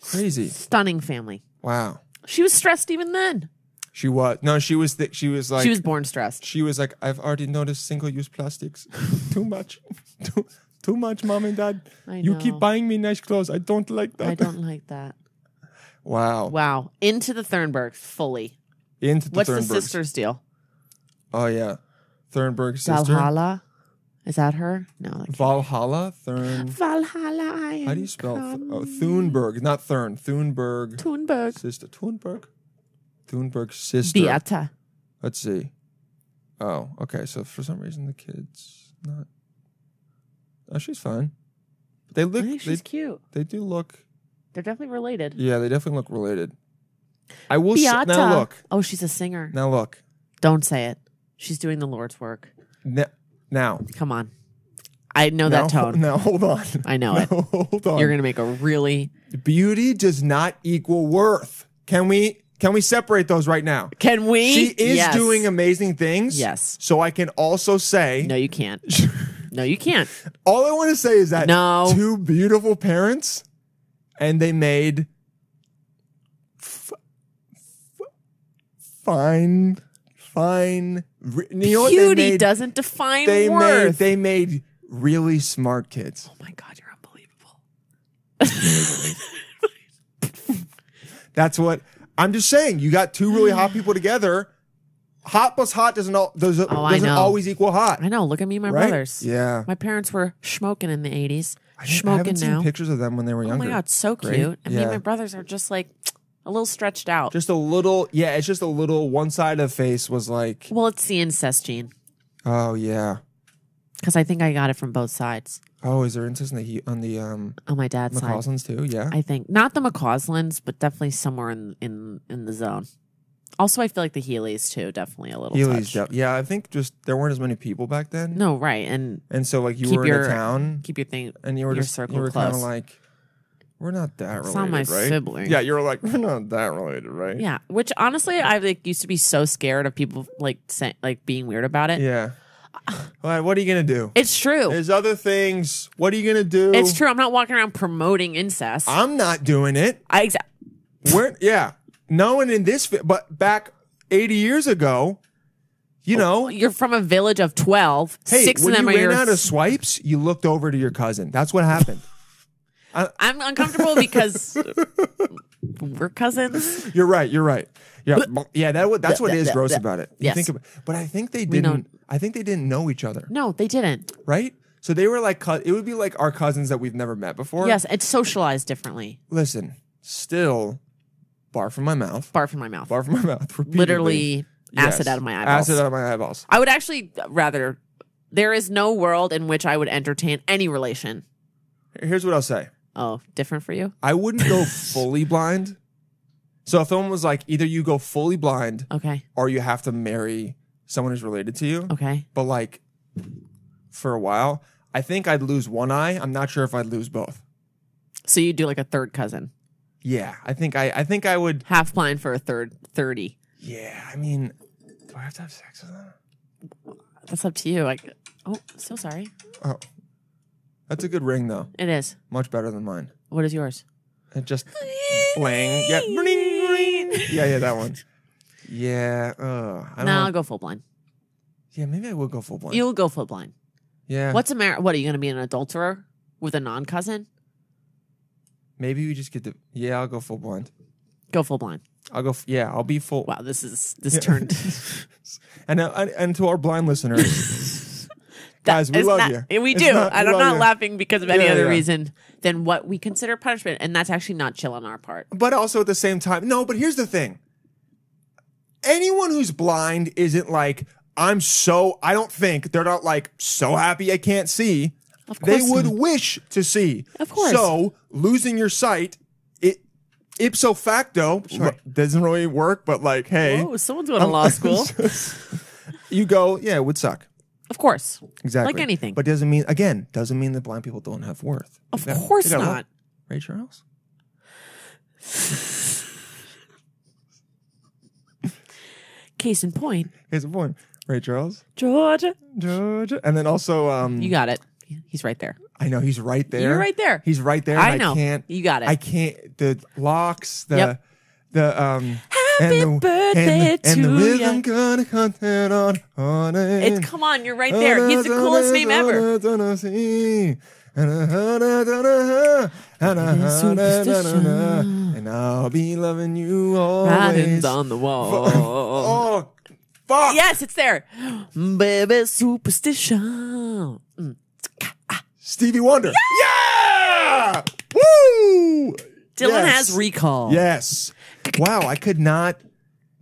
Speaker 4: Crazy.
Speaker 5: Stunning family.
Speaker 4: Wow.
Speaker 5: She was stressed even then.
Speaker 4: She was no, she was th- she was like
Speaker 5: she was born stressed.
Speaker 4: she was like I've already noticed single use plastics. too much. too, too much, mom and dad.
Speaker 5: I
Speaker 4: You keep
Speaker 5: know.
Speaker 4: buying me nice clothes. I don't like that.
Speaker 5: I don't like that.
Speaker 4: Wow.
Speaker 5: Wow. Into the Thurnberg fully.
Speaker 4: Into the
Speaker 5: What's the
Speaker 4: Thurnbergs.
Speaker 5: sister's deal?
Speaker 4: Oh yeah. Thurnberg's sister.
Speaker 5: Valhalla? Is that her? No. that can't-
Speaker 4: Valhalla
Speaker 5: Mm.
Speaker 4: Thurn.
Speaker 5: Valhalla. I am
Speaker 4: How do you spell th-
Speaker 5: come-
Speaker 4: oh, Thunberg, not Thurn. Thunberg
Speaker 5: Thunberg.
Speaker 4: sister. Thunberg. Thunberg's sister.
Speaker 5: Beata.
Speaker 4: Let's see. Oh, okay. So for some reason the kid's not. Oh, she's fine. They
Speaker 5: I
Speaker 4: look.
Speaker 5: think
Speaker 4: They,
Speaker 5: she's cute.
Speaker 4: they do look.
Speaker 5: They're definitely related.
Speaker 4: Yeah, they definitely look related. I will s-
Speaker 5: Beata.
Speaker 4: now look.
Speaker 5: Oh, she's a singer.
Speaker 4: Now look.
Speaker 5: Don't say it. She's doing the Lord's work.
Speaker 4: Now. Now.
Speaker 5: Come on. I know
Speaker 4: now,
Speaker 5: Oh, that tone.
Speaker 4: Now hold on.
Speaker 5: I know it.
Speaker 4: Now, hold on.
Speaker 5: You're going to make a really.
Speaker 4: Beauty does not equal worth. Can we? Can we separate those right now?
Speaker 5: Can we?
Speaker 4: She is
Speaker 5: Yes.
Speaker 4: doing amazing things.
Speaker 5: Yes.
Speaker 4: So I can also say
Speaker 5: No, you can't. No, you can't.
Speaker 4: All I want to say is that
Speaker 5: No.
Speaker 4: two beautiful parents, and they made f- f- fine define. re- You know what they
Speaker 5: Beauty
Speaker 4: made?
Speaker 5: doesn't define
Speaker 4: They made
Speaker 5: worth.
Speaker 4: they made really smart kids.
Speaker 5: oh my god, you're unbelievable.
Speaker 4: That's what I'm just saying. You got two really hot people together. Hot plus hot doesn't al- doesn't,
Speaker 5: Oh, I
Speaker 4: doesn't
Speaker 5: know.
Speaker 4: always equal hot.
Speaker 5: I know. Look at me, and my
Speaker 4: Right?
Speaker 5: brothers.
Speaker 4: Yeah.
Speaker 5: my parents were smoking in the '80s.
Speaker 4: I didn't- I
Speaker 5: Smoking
Speaker 4: haven't
Speaker 5: now.
Speaker 4: seen pictures of them when they were
Speaker 5: Oh
Speaker 4: younger.
Speaker 5: my god, so
Speaker 4: Great.
Speaker 5: cute. I mean,
Speaker 4: Yeah.
Speaker 5: my brothers are just like a little stretched out.
Speaker 4: Just a little, yeah. It's just a little. One side of the face was like,
Speaker 5: well, it's the incest gene
Speaker 4: oh yeah.
Speaker 5: because I think I got it from both sides
Speaker 4: Oh, is there incest on the he- on the um
Speaker 5: on my dad's side.
Speaker 4: McCauslands too? Yeah.
Speaker 5: I think not the McCauslands, but definitely somewhere in in in the zone. Also, I feel like the Healy's too. Definitely a little.
Speaker 4: Healy's
Speaker 5: touch.
Speaker 4: def- yeah. I think just there weren't as many people back then,
Speaker 5: No, right, and
Speaker 4: and so like you
Speaker 5: Keep
Speaker 4: were in
Speaker 5: your-
Speaker 4: a town,
Speaker 5: keep your thing.
Speaker 4: and you were
Speaker 5: your
Speaker 4: just
Speaker 5: circle
Speaker 4: you were kind of
Speaker 5: close.
Speaker 4: like, we're not that related,
Speaker 5: It's not my
Speaker 4: right?
Speaker 5: sibling.
Speaker 4: Yeah, you were like, we're not that related, right?
Speaker 5: Yeah, which honestly, I like used to be so scared of people like say, like being weird about it.
Speaker 4: Yeah. All right, what are you gonna do?
Speaker 5: It's true.
Speaker 4: There's other things. What are you gonna do?
Speaker 5: It's true. I'm not walking around promoting incest. i
Speaker 4: I'm not doing it.
Speaker 5: exa-
Speaker 4: We're yeah. No one in this, fi- but back 80 years ago,
Speaker 5: Oh,
Speaker 4: you know,
Speaker 5: you're from a village of twelve.
Speaker 4: hey,
Speaker 5: Six
Speaker 4: when
Speaker 5: of them
Speaker 4: you
Speaker 5: are
Speaker 4: ran
Speaker 5: your.
Speaker 4: out of swipes, you looked over to your cousin. That's what happened.
Speaker 5: I'm uncomfortable because we're cousins.
Speaker 4: You're right. You're right. Yeah, yeah. That what that's what is
Speaker 5: bleh,
Speaker 4: gross
Speaker 5: bleh.
Speaker 4: about it. You
Speaker 5: Yes.
Speaker 4: think about, but I think they
Speaker 5: know-
Speaker 4: didn't. I think they didn't know each other,
Speaker 5: No, they didn't.
Speaker 4: right? So they were like, cou- it would be like our cousins that we've never met before.
Speaker 5: Yes, it's socialized differently.
Speaker 4: Listen, still, bar from my mouth,
Speaker 5: Barf in my mouth.
Speaker 4: bar from my mouth, repeatedly.
Speaker 5: Literally,
Speaker 4: Yes.
Speaker 5: acid out of my eyeballs.
Speaker 4: Acid out of my eyeballs.
Speaker 5: I would actually rather. There is no world in which I would entertain any relation.
Speaker 4: Here's what I'll say.
Speaker 5: Oh, different for you?
Speaker 4: I wouldn't go fully blind. So if someone was like, either you go fully blind
Speaker 5: Okay.
Speaker 4: or you have to marry someone who's related to you.
Speaker 5: Okay.
Speaker 4: But like for a while, I think I'd lose one eye. I'm not sure if I'd lose both.
Speaker 5: So you do like a third cousin,
Speaker 4: Yeah. I think I I think I would
Speaker 5: half blind for a third, 30.
Speaker 4: Yeah, I mean do I have to have sex with them?
Speaker 5: That's up to you. Like, oh, so sorry.
Speaker 4: Oh. That's a good ring though.
Speaker 5: It is.
Speaker 4: Much better than mine.
Speaker 5: What is yours?
Speaker 4: It just bling. Yeah. Ring, ring. Yeah, yeah, that one. Yeah. Uh, I don't
Speaker 5: No, I'll go full blind.
Speaker 4: Yeah, maybe I will go full blind.
Speaker 5: You'll go full blind.
Speaker 4: yeah.
Speaker 5: What's a mar- What are you going to be an adulterer with a non cousin?
Speaker 4: Maybe we just get the. Yeah, I'll go full blind.
Speaker 5: Go full blind.
Speaker 4: I'll go. f- Yeah, I'll be full.
Speaker 5: Wow, this is this turned.
Speaker 4: And uh, and- and to our blind listeners, guys, we
Speaker 5: It's
Speaker 4: love
Speaker 5: not-
Speaker 4: you.
Speaker 5: We
Speaker 4: It's
Speaker 5: do.
Speaker 4: not-
Speaker 5: and
Speaker 4: we
Speaker 5: I'm
Speaker 4: love
Speaker 5: not
Speaker 4: you.
Speaker 5: laughing because of any
Speaker 4: Yeah,
Speaker 5: other
Speaker 4: yeah.
Speaker 5: reason than what we consider punishment, and that's actually not chill on our part.
Speaker 4: but also at the same time, no. But here's the thing: anyone who's blind isn't like I'm so. I don't think they're not like so happy I can't see.
Speaker 5: Of
Speaker 4: They
Speaker 5: course
Speaker 4: would
Speaker 5: not.
Speaker 4: wish to see.
Speaker 5: Of course.
Speaker 4: So losing your sight, it ipso facto
Speaker 5: Sure.
Speaker 4: doesn't really work. But like, hey,
Speaker 5: Oh, someone's going to law school.
Speaker 4: you go. Yeah, it would suck.
Speaker 5: of course.
Speaker 4: Exactly.
Speaker 5: Like anything.
Speaker 4: But doesn't mean again, doesn't mean that blind people don't have worth.
Speaker 5: Of
Speaker 4: They got-
Speaker 5: course
Speaker 4: they got a lot.
Speaker 5: not.
Speaker 4: Ray Charles?
Speaker 5: Case in point,
Speaker 4: Here's a point. Ray Charles.
Speaker 5: Georgia.
Speaker 4: Georgia. And then also um
Speaker 5: You got it. He's right there.
Speaker 4: I know he's right there.
Speaker 5: You're right there.
Speaker 4: He's right there. and
Speaker 5: I know.
Speaker 4: I can't
Speaker 5: You got it.
Speaker 4: I can't the locks, the
Speaker 5: Yep.
Speaker 4: the um
Speaker 5: Happy
Speaker 4: and the,
Speaker 5: birthday
Speaker 4: and the, and the
Speaker 5: to
Speaker 4: rhythm
Speaker 5: ya.
Speaker 4: gonna cut it on on it.
Speaker 5: It's come on, you're right there. He's the coolest name ever.
Speaker 4: And I'll be loving you always.
Speaker 5: Writings on the wall.
Speaker 4: Oh, fuck.
Speaker 5: Yes, it's there. Baby superstition. Mm.
Speaker 4: Stevie Wonder. Yeah! Woo!
Speaker 5: Dylan
Speaker 4: Yes.
Speaker 5: has recall.
Speaker 4: Yes. Wow, I could not.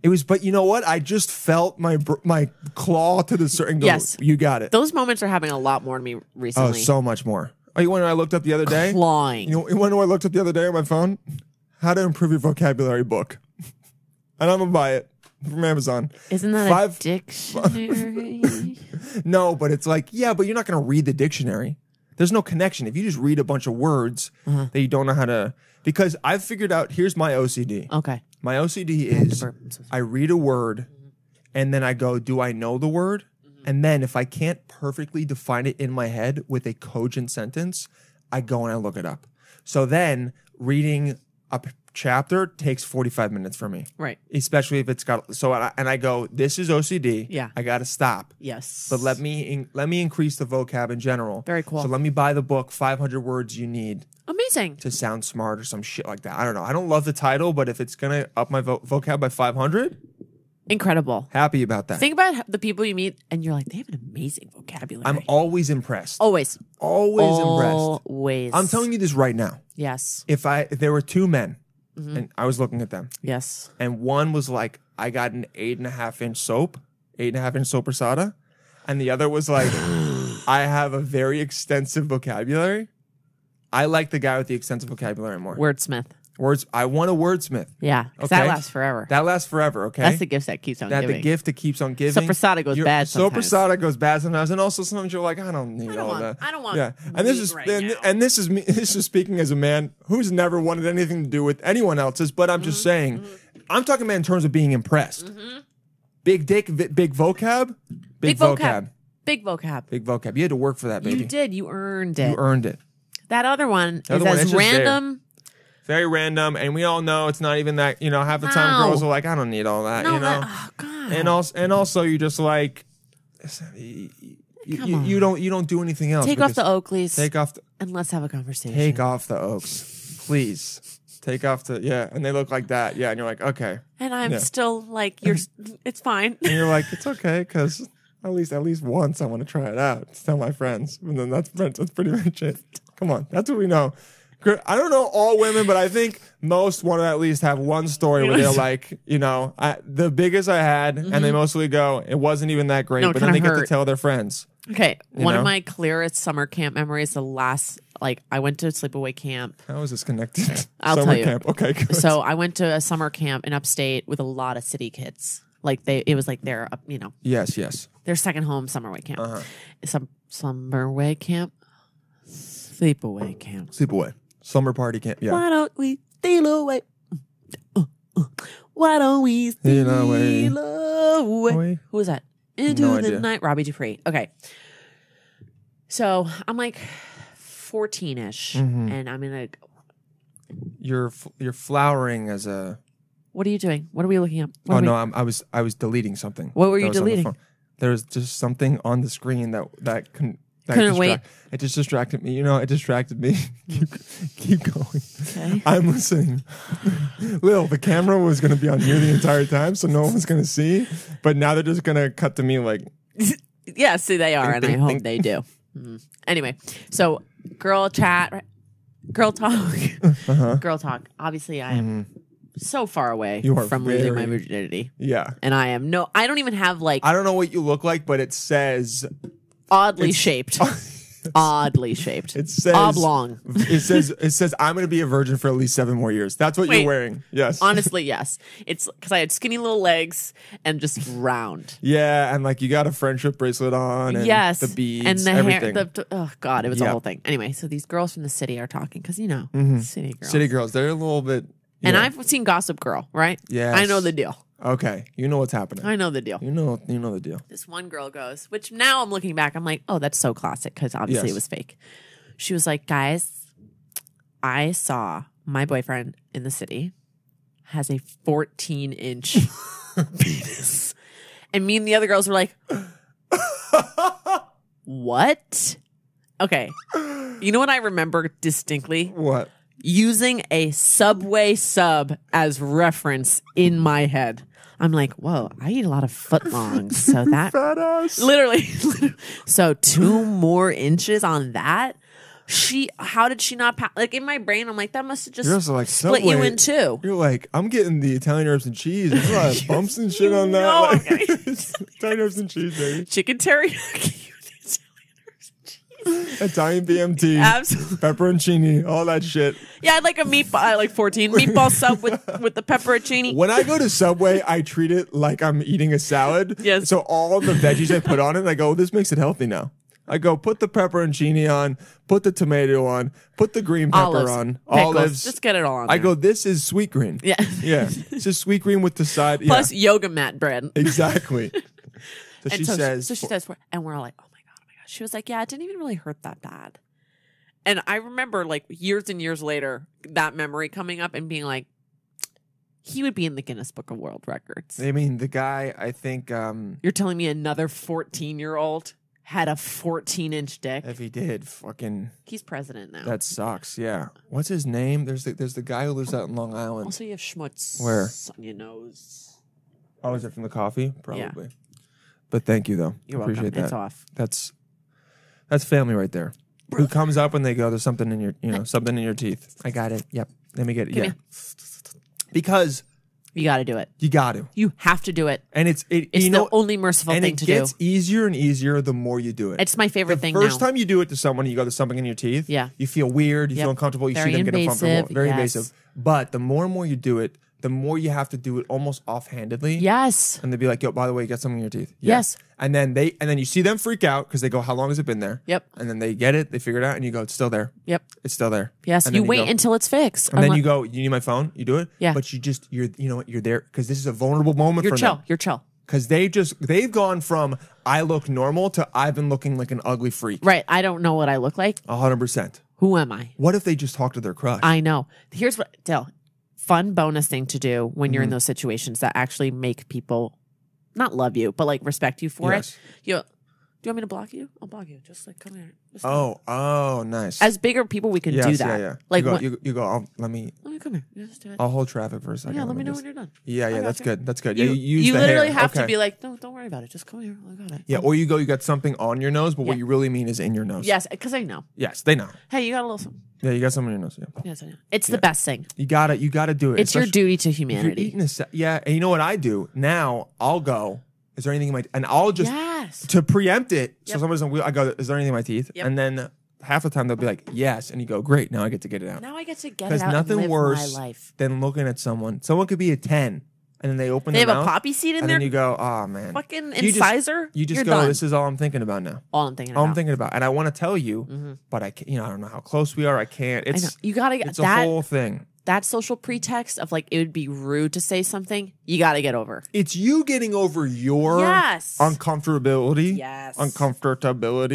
Speaker 4: It was, but you know what? I just felt my br- my claw to the certain.
Speaker 5: Yes.
Speaker 4: you got it.
Speaker 5: Those moments are happening a lot more to me recently.
Speaker 4: Oh, so much more. Oh, you want to know what I looked up the other day?
Speaker 5: Clawing.
Speaker 4: You, you want to know what I looked up the other day on my phone? How to improve your vocabulary book. And I'm gonna buy it from Amazon.
Speaker 5: Isn't that
Speaker 4: five-
Speaker 5: a dictionary?
Speaker 4: No, but it's like, yeah, but you're not gonna read the dictionary. There's no connection. If you just read a bunch of words
Speaker 5: Mm-hmm.
Speaker 4: that you don't know how to, because I've figured out. Here's my OCD.
Speaker 5: okay.
Speaker 4: My OCD is
Speaker 5: burp. I'm so sorry.
Speaker 4: I read a word
Speaker 5: Mm-hmm.
Speaker 4: and then I go, do I know the word? And then if I can't perfectly define it in my head with a cogent sentence, I go and I look it up. So then reading a p- chapter takes 45 minutes for me,
Speaker 5: Right.
Speaker 4: especially if it's got so. I, and I go, this is OCD.
Speaker 5: Yeah.
Speaker 4: I got to stop.
Speaker 5: Yes.
Speaker 4: But let me in, let me increase the vocab in general.
Speaker 5: Very cool.
Speaker 4: So let me buy the book 500 words you need
Speaker 5: Amazing.
Speaker 4: to sound smart or some shit like that. I don't know. I don't love the title, but if it's gonna up my vo- vocab by 500,
Speaker 5: Incredible.
Speaker 4: happy about that.
Speaker 5: Think about the people you meet and you're like, they have an amazing vocabulary.
Speaker 4: I'm always impressed.
Speaker 5: always.
Speaker 4: always
Speaker 5: Oh.
Speaker 4: impressed.
Speaker 5: Always.
Speaker 4: I'm telling you this right now.
Speaker 5: Yes.
Speaker 4: If I if there were two men,
Speaker 5: Mm-hmm.
Speaker 4: and I was looking at them,
Speaker 5: Yes.
Speaker 4: and one was like, I got an eight and a half inch soap, eight and a half inch soap soda, and the other was like, I have a very extensive vocabulary. I like the guy with the extensive vocabulary more.
Speaker 5: Wordsmith.
Speaker 4: Words. I want a wordsmith.
Speaker 5: Yeah. 'cause That
Speaker 4: Okay.
Speaker 5: lasts forever.
Speaker 4: That lasts forever. Okay.
Speaker 5: That's the gift that keeps on
Speaker 4: that
Speaker 5: giving.
Speaker 4: the gift that keeps on giving.
Speaker 5: Soprasada goes
Speaker 4: Your-
Speaker 5: bad sometimes.
Speaker 4: Soprasada goes bad sometimes, and also sometimes you're like, I don't need all
Speaker 5: want-
Speaker 4: that.
Speaker 5: I don't want
Speaker 4: Yeah, and this
Speaker 5: meat
Speaker 4: is
Speaker 5: right
Speaker 4: and,
Speaker 5: now.
Speaker 4: and this is me. This is speaking as a man who's never wanted anything to do with anyone else's. But I'm just
Speaker 5: Mm-hmm.
Speaker 4: saying, I'm talking about in terms of being impressed. Big dick, vi- big vocab, big,
Speaker 5: Big vocab. Big vocab.
Speaker 4: big vocab. You had to work for that, baby.
Speaker 5: You did. You earned it.
Speaker 4: You earned it.
Speaker 5: that other one
Speaker 4: other one,
Speaker 5: is
Speaker 4: it's just
Speaker 5: as
Speaker 4: there.
Speaker 5: random.
Speaker 4: Very random, and we all know it's not even that. You know, half the time
Speaker 5: No.
Speaker 4: girls are like, I don't need all that.
Speaker 5: No,
Speaker 4: you know,
Speaker 5: that- oh, God.
Speaker 4: and also and also you just like you, you, you don't you don't do anything else.
Speaker 5: Take off the
Speaker 4: because-
Speaker 5: Oakleys
Speaker 4: Take off the,
Speaker 5: and let's have a conversation.
Speaker 4: take off the oaks, please. Take off the yeah, and they look like that yeah, and you're like okay,
Speaker 5: and I'm
Speaker 4: Yeah.
Speaker 5: still like, you're. it's fine.
Speaker 4: and you're like it's okay because at least at least once I want to try it out to tell my friends, and then that's that's pretty much it. Come on, that's what we know. Gr- I don't know all women, but I think most want to at least have one story where they're like, you know, I, the biggest I had, and they mostly go, it wasn't even that great,
Speaker 5: Mm-hmm. No, it
Speaker 4: but then they
Speaker 5: kinda
Speaker 4: get to
Speaker 5: hurt.
Speaker 4: tell their friends.
Speaker 5: Okay, one
Speaker 4: know?
Speaker 5: of my clearest summer camp memories. The last, like, I went to sleepaway camp.
Speaker 4: How is this connected?
Speaker 5: I'll
Speaker 4: Summer
Speaker 5: tell you.
Speaker 4: camp. Okay, good.
Speaker 5: So I went to a summer camp in upstate with a lot of city kids. Like they, it was like their, uh, you know,
Speaker 4: yes, yes.
Speaker 5: their second home summerway camp,
Speaker 4: Uh-huh.
Speaker 5: some summerway camp, sleepaway camp.
Speaker 4: Sleep away. Summer party camp. Yeah.
Speaker 5: Why don't we steal away? Uh, uh. Why don't we
Speaker 4: Steal
Speaker 5: steal
Speaker 4: away.
Speaker 5: away?
Speaker 4: Away.
Speaker 5: Who was that? Into
Speaker 4: No
Speaker 5: the
Speaker 4: idea.
Speaker 5: night, Robbie Dupree. Okay, so I'm like 14 ish,
Speaker 4: Mm-hmm.
Speaker 5: and I'm in a.
Speaker 4: You're f- you're flowering as a.
Speaker 5: What are you doing? What are we looking up? What
Speaker 4: oh
Speaker 5: are we-
Speaker 4: no! I'm, I was I was deleting something.
Speaker 5: What were you
Speaker 4: that was on the
Speaker 5: deleting?
Speaker 4: phone. There was just something on the screen that that couldn't. That
Speaker 5: Couldn't wait.
Speaker 4: It just distracted me. You know, it distracted me. keep, keep going.
Speaker 5: Okay.
Speaker 4: I'm listening. Lil, the camera was going to be on you the entire time, so no one was going to see. But now they're just going to cut to me like,
Speaker 5: Yeah, see, they are, and I
Speaker 4: ding,
Speaker 5: hope
Speaker 4: ding.
Speaker 5: they do. Mm. Anyway, so girl chat, right? girl talk, girl talk. Obviously, I am so far away
Speaker 4: Uh-huh. Mm-hmm. You are
Speaker 5: from losing my
Speaker 4: very-
Speaker 5: virginity,
Speaker 4: yeah.
Speaker 5: and I am no, I don't even have like
Speaker 4: I don't know what you look like, but it says
Speaker 5: oddly shaped, oddly shaped.
Speaker 4: It says
Speaker 5: oblong.
Speaker 4: It says it says I'm going to be a virgin for at least seven more years. That's what you're
Speaker 5: Wait.
Speaker 4: wearing. Yes.
Speaker 5: Honestly, yes, it's because I had skinny little legs and just round.
Speaker 4: yeah, and like you got a friendship bracelet on. And
Speaker 5: yes,
Speaker 4: The beads
Speaker 5: and the
Speaker 4: everything.
Speaker 5: hair. The, oh God, it was
Speaker 4: Yeah.
Speaker 5: a whole thing. Anyway, so these girls from the city are talking because you know city girls.
Speaker 4: Mm-hmm. City girls, they're a little bit.
Speaker 5: And
Speaker 4: yeah.
Speaker 5: I've seen Gossip Girl, right?
Speaker 4: Yes.
Speaker 5: I know the deal.
Speaker 4: okay. You know what's happening.
Speaker 5: I know the deal.
Speaker 4: you know. You know the deal.
Speaker 5: This one girl goes, which now I'm looking back, I'm like, oh, that's so classic because obviously
Speaker 4: Yes.
Speaker 5: it was fake. She was like, guys, I saw my boyfriend in the city has a 14 inch penis. And me and the other girls were like, what? Okay. You know what I remember distinctly?
Speaker 4: What?
Speaker 5: using a Subway sub as reference in my head. I'm like, whoa, I eat a lot of footlongs. So that
Speaker 4: Badass.
Speaker 5: literally, so two more inches on that. She, how did she not pass? Like in my brain, I'm like, that must have just
Speaker 4: You're also like
Speaker 5: split you
Speaker 4: Subway.
Speaker 5: in two.
Speaker 4: You're like, I'm getting the Italian herbs and cheese. There's a lot of bumps and shit on that.
Speaker 5: know I'm
Speaker 4: Like,
Speaker 5: getting-
Speaker 4: Italian herbs and cheese, baby.
Speaker 5: Chicken teriyaki.
Speaker 4: Italian BMT.
Speaker 5: Absolutely.
Speaker 4: Pepperoncini, all that shit.
Speaker 5: Yeah, I had like a meatball, like 14 meatball sub with, with the pepperoncini.
Speaker 4: When I go to Subway, I treat it like I'm eating a salad.
Speaker 5: Yes.
Speaker 4: So all the veggies I put on it, I go, "Oh, this makes it healthy now. I go, put the pepperoncini on, put the tomato on, put the green pepper
Speaker 5: Olives,
Speaker 4: on,
Speaker 5: pickles,
Speaker 4: olives.
Speaker 5: just get it all on.
Speaker 4: I
Speaker 5: there.
Speaker 4: go, this is sweet green.
Speaker 5: Yeah.
Speaker 4: Yeah. It's just sweet green with the side.
Speaker 5: plus
Speaker 4: yeah.
Speaker 5: yoga mat bread.
Speaker 4: Exactly. So she
Speaker 5: so,
Speaker 4: says,
Speaker 5: so she says, we're- and we're all like, oh my God, oh my gosh. She was like, yeah, it didn't even really hurt that bad. And I remember like years and years later, that memory coming up and being like, he would be in the Guinness Book of World Records.
Speaker 4: I mean, the guy, I think um,
Speaker 5: You're telling me another 14 year old had a 14 inch dick?
Speaker 4: if he did, fucking
Speaker 5: He's president now.
Speaker 4: that sucks. Yeah. What's his name? There's the, there's the guy who lives out in Long Island.
Speaker 5: also, you have schmutz
Speaker 4: Where?
Speaker 5: on your nose.
Speaker 4: Oh, is it from the coffee? Probably. But thank you though.
Speaker 5: You're
Speaker 4: Appreciate
Speaker 5: welcome.
Speaker 4: that.
Speaker 5: It's off.
Speaker 4: That's that's family right there. Who comes up when they go? There's something in your you know something in your teeth. I got it. Yep. Let me get it.
Speaker 5: Come
Speaker 4: yeah.
Speaker 5: here.
Speaker 4: Because
Speaker 5: You got to do it.
Speaker 4: you got to,
Speaker 5: You have to do it.
Speaker 4: and it's it.
Speaker 5: It's
Speaker 4: you
Speaker 5: the
Speaker 4: know,
Speaker 5: only merciful
Speaker 4: and
Speaker 5: thing
Speaker 4: it
Speaker 5: to
Speaker 4: gets
Speaker 5: do.
Speaker 4: easier and easier the more you do it.
Speaker 5: It's my favorite
Speaker 4: the
Speaker 5: thing
Speaker 4: first
Speaker 5: now.
Speaker 4: time you do it to someone, you go to something in your teeth.
Speaker 5: Yeah.
Speaker 4: you feel weird. You
Speaker 5: Yep.
Speaker 4: feel uncomfortable. You
Speaker 5: Very
Speaker 4: see them get
Speaker 5: invasive,
Speaker 4: uncomfortable. Very
Speaker 5: yes.
Speaker 4: invasive. But the more and more you do it, the more you have to do it almost offhandedly.
Speaker 5: Yes.
Speaker 4: and they'd be like, "Yo, by the way, you got something in your teeth."
Speaker 5: Yes.
Speaker 4: And then they and then you see them freak out because they go, "How long has it been there?"
Speaker 5: Yep.
Speaker 4: And then they get it, they figure it out, and you go, "It's still there.
Speaker 5: Yep.
Speaker 4: It's still there."
Speaker 5: Yes.
Speaker 4: And
Speaker 5: You
Speaker 4: then
Speaker 5: wait
Speaker 4: go-
Speaker 5: until it's fixed.
Speaker 4: And then
Speaker 5: Unle-
Speaker 4: you go, "You need my phone?" You do it.
Speaker 5: Yeah.
Speaker 4: But you just you're you know what you're there because this is a vulnerable moment
Speaker 5: You're
Speaker 4: for
Speaker 5: chill.
Speaker 4: them
Speaker 5: You're chill.
Speaker 4: because they just they've gone from I look normal to I've been looking like an ugly freak.
Speaker 5: Right. I don't know what I look like.
Speaker 4: A hundred percent.
Speaker 5: Who am I?
Speaker 4: What if they just talk to their crush?
Speaker 5: I know. Here's what, Dill, fun bonus thing to do when
Speaker 4: Mm-hmm.
Speaker 5: you're in those situations that actually make people not love you, but like respect you for
Speaker 4: Yes.
Speaker 5: it. You, do you want me to block you? I'll block you. Just like come here. Just come here.
Speaker 4: oh, oh, nice.
Speaker 5: As bigger people, we can
Speaker 4: yes,
Speaker 5: do that.
Speaker 4: Yeah, yeah.
Speaker 5: Like,
Speaker 4: you go,
Speaker 5: when-
Speaker 4: you, you go. I'll, let me.
Speaker 5: let me come here. You Just do it.
Speaker 4: I'll hold traffic for a second.
Speaker 5: yeah, let me know
Speaker 4: just-
Speaker 5: when you're done.
Speaker 4: Yeah, yeah,
Speaker 5: I
Speaker 4: that's
Speaker 5: gotcha.
Speaker 4: good. That's good.
Speaker 5: You,
Speaker 4: Yeah, you, use
Speaker 5: you
Speaker 4: the
Speaker 5: literally
Speaker 4: hair.
Speaker 5: have to
Speaker 4: Okay.
Speaker 5: be like, no, don't worry about it. Just come here. I got it.
Speaker 4: Yeah, or you go, you got something on your nose, but what
Speaker 5: Yeah.
Speaker 4: you really mean is in your nose.
Speaker 5: Yes, because I know.
Speaker 4: Yes, they know.
Speaker 5: Hey, you got a little something.
Speaker 4: Yeah, you got something in your nose. Yeah.
Speaker 5: Yes, I know. It's the best thing.
Speaker 4: You gotta, you gotta do it.
Speaker 5: It's your
Speaker 4: especially
Speaker 5: duty to
Speaker 4: if You're
Speaker 5: humanity.
Speaker 4: eating a sa- yeah, and you know what I do now? I'll go. Is there anything in my? And I'll just
Speaker 5: Yes.
Speaker 4: to preempt it. So
Speaker 5: Yep.
Speaker 4: someone doesn't. I go. Is there anything in my teeth?
Speaker 5: Yep.
Speaker 4: And then half the time they'll be like, yes, and you go, great. Now I get to get it out.
Speaker 5: Now I get to get it
Speaker 4: Because
Speaker 5: out
Speaker 4: nothing
Speaker 5: and live
Speaker 4: worse
Speaker 5: my life.
Speaker 4: than looking at someone. Someone could be a ten, and then they open.
Speaker 5: They
Speaker 4: their
Speaker 5: have a
Speaker 4: mouth,
Speaker 5: poppy seed in
Speaker 4: and
Speaker 5: there.
Speaker 4: then you go, oh man, You
Speaker 5: fucking
Speaker 4: just-
Speaker 5: incisor.
Speaker 4: You just
Speaker 5: You're
Speaker 4: go.
Speaker 5: done.
Speaker 4: This is all I'm thinking about now.
Speaker 5: all I'm thinking
Speaker 4: all
Speaker 5: about.
Speaker 4: I'm thinking about, and I want to tell you, but I can't. You know, I don't know how close we are. I can't.
Speaker 5: Mm-hmm. I know.
Speaker 4: It's
Speaker 5: You gotta get
Speaker 4: it's a
Speaker 5: that
Speaker 4: whole thing.
Speaker 5: that social pretext of like it would be rude to say something. You gotta get over.
Speaker 4: It's you getting over your
Speaker 5: Yes.
Speaker 4: uncomfortability.
Speaker 5: Yes.
Speaker 4: Uncomfortability.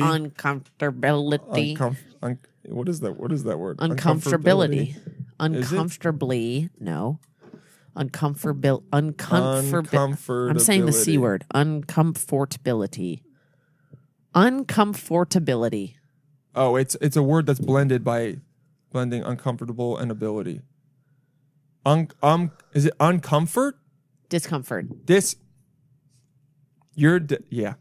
Speaker 5: Uncomfortability.
Speaker 4: Uncom- un- what is that? What is that word?
Speaker 5: uncomfortability.
Speaker 4: Is it?
Speaker 5: Uncomfortably. No. Uncomfortable. Uncomfortable.
Speaker 4: Uncomfortability.
Speaker 5: I'm saying the c word. Uncomfortability. Uncomfortability.
Speaker 4: Oh, it's it's a word that's blended by blending uncomfortable and ability. Un- um, is it uncomfort?
Speaker 5: Discomfort.
Speaker 4: This. You're d- yeah.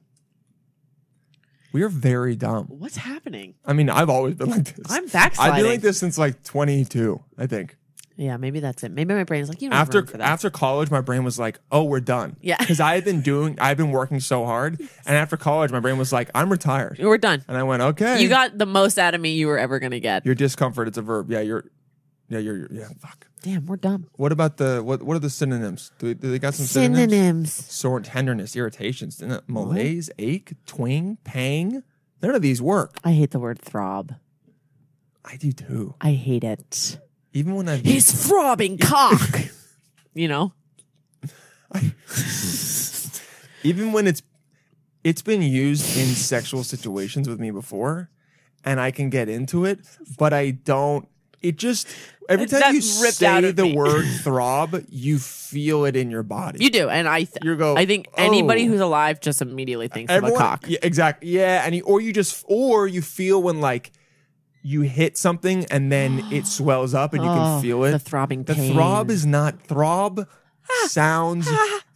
Speaker 4: We are very dumb.
Speaker 5: What's happening?
Speaker 4: I mean, I've always been like this.
Speaker 5: I'm
Speaker 4: I've
Speaker 5: backsliding.
Speaker 4: been like this since like 22, I think.
Speaker 5: Yeah, maybe that's it. Maybe my brain's like you. don't have
Speaker 4: After
Speaker 5: room for that.
Speaker 4: after college, my brain was like, "Oh, we're done."
Speaker 5: Yeah.
Speaker 4: because I had been doing, I've been working so hard, and after college, my brain was like, "I'm retired,"
Speaker 5: we're done.
Speaker 4: and I went, "Okay,
Speaker 5: You got the most out of me you were ever gonna get.
Speaker 4: your discomfort. It's a verb. Yeah, you're, yeah, you're, you're yeah. Fuck.
Speaker 5: Damn, we're dumb.
Speaker 4: What about the what? What are the synonyms? Do, do they got some synonyms?
Speaker 5: Synonyms.
Speaker 4: Sore tenderness, irritations, didn't it? malaise, ache, twing, pang. None of these work.
Speaker 5: I hate the word throb.
Speaker 4: I do too.
Speaker 5: I hate it.
Speaker 4: Even when I
Speaker 5: His throbbing cock. you know?
Speaker 4: even when it's it's been used in sexual situations with me before and i can get into it but i don't it just every
Speaker 5: That-
Speaker 4: time you
Speaker 5: that ripped out
Speaker 4: say
Speaker 5: of
Speaker 4: the
Speaker 5: me.
Speaker 4: word throb you feel it in your body
Speaker 5: You do. And I th-
Speaker 4: You go,
Speaker 5: I think anybody
Speaker 4: "Oh."
Speaker 5: who's alive just immediately thinks of a
Speaker 4: Everyone-
Speaker 5: cock.
Speaker 4: yeah, exactly yeah and you, or you just or you feel when like you hit something and then it swells up and you
Speaker 5: Oh,
Speaker 4: can feel it
Speaker 5: The throbbing
Speaker 4: the
Speaker 5: pain. Ah.
Speaker 4: throb is not throb sounds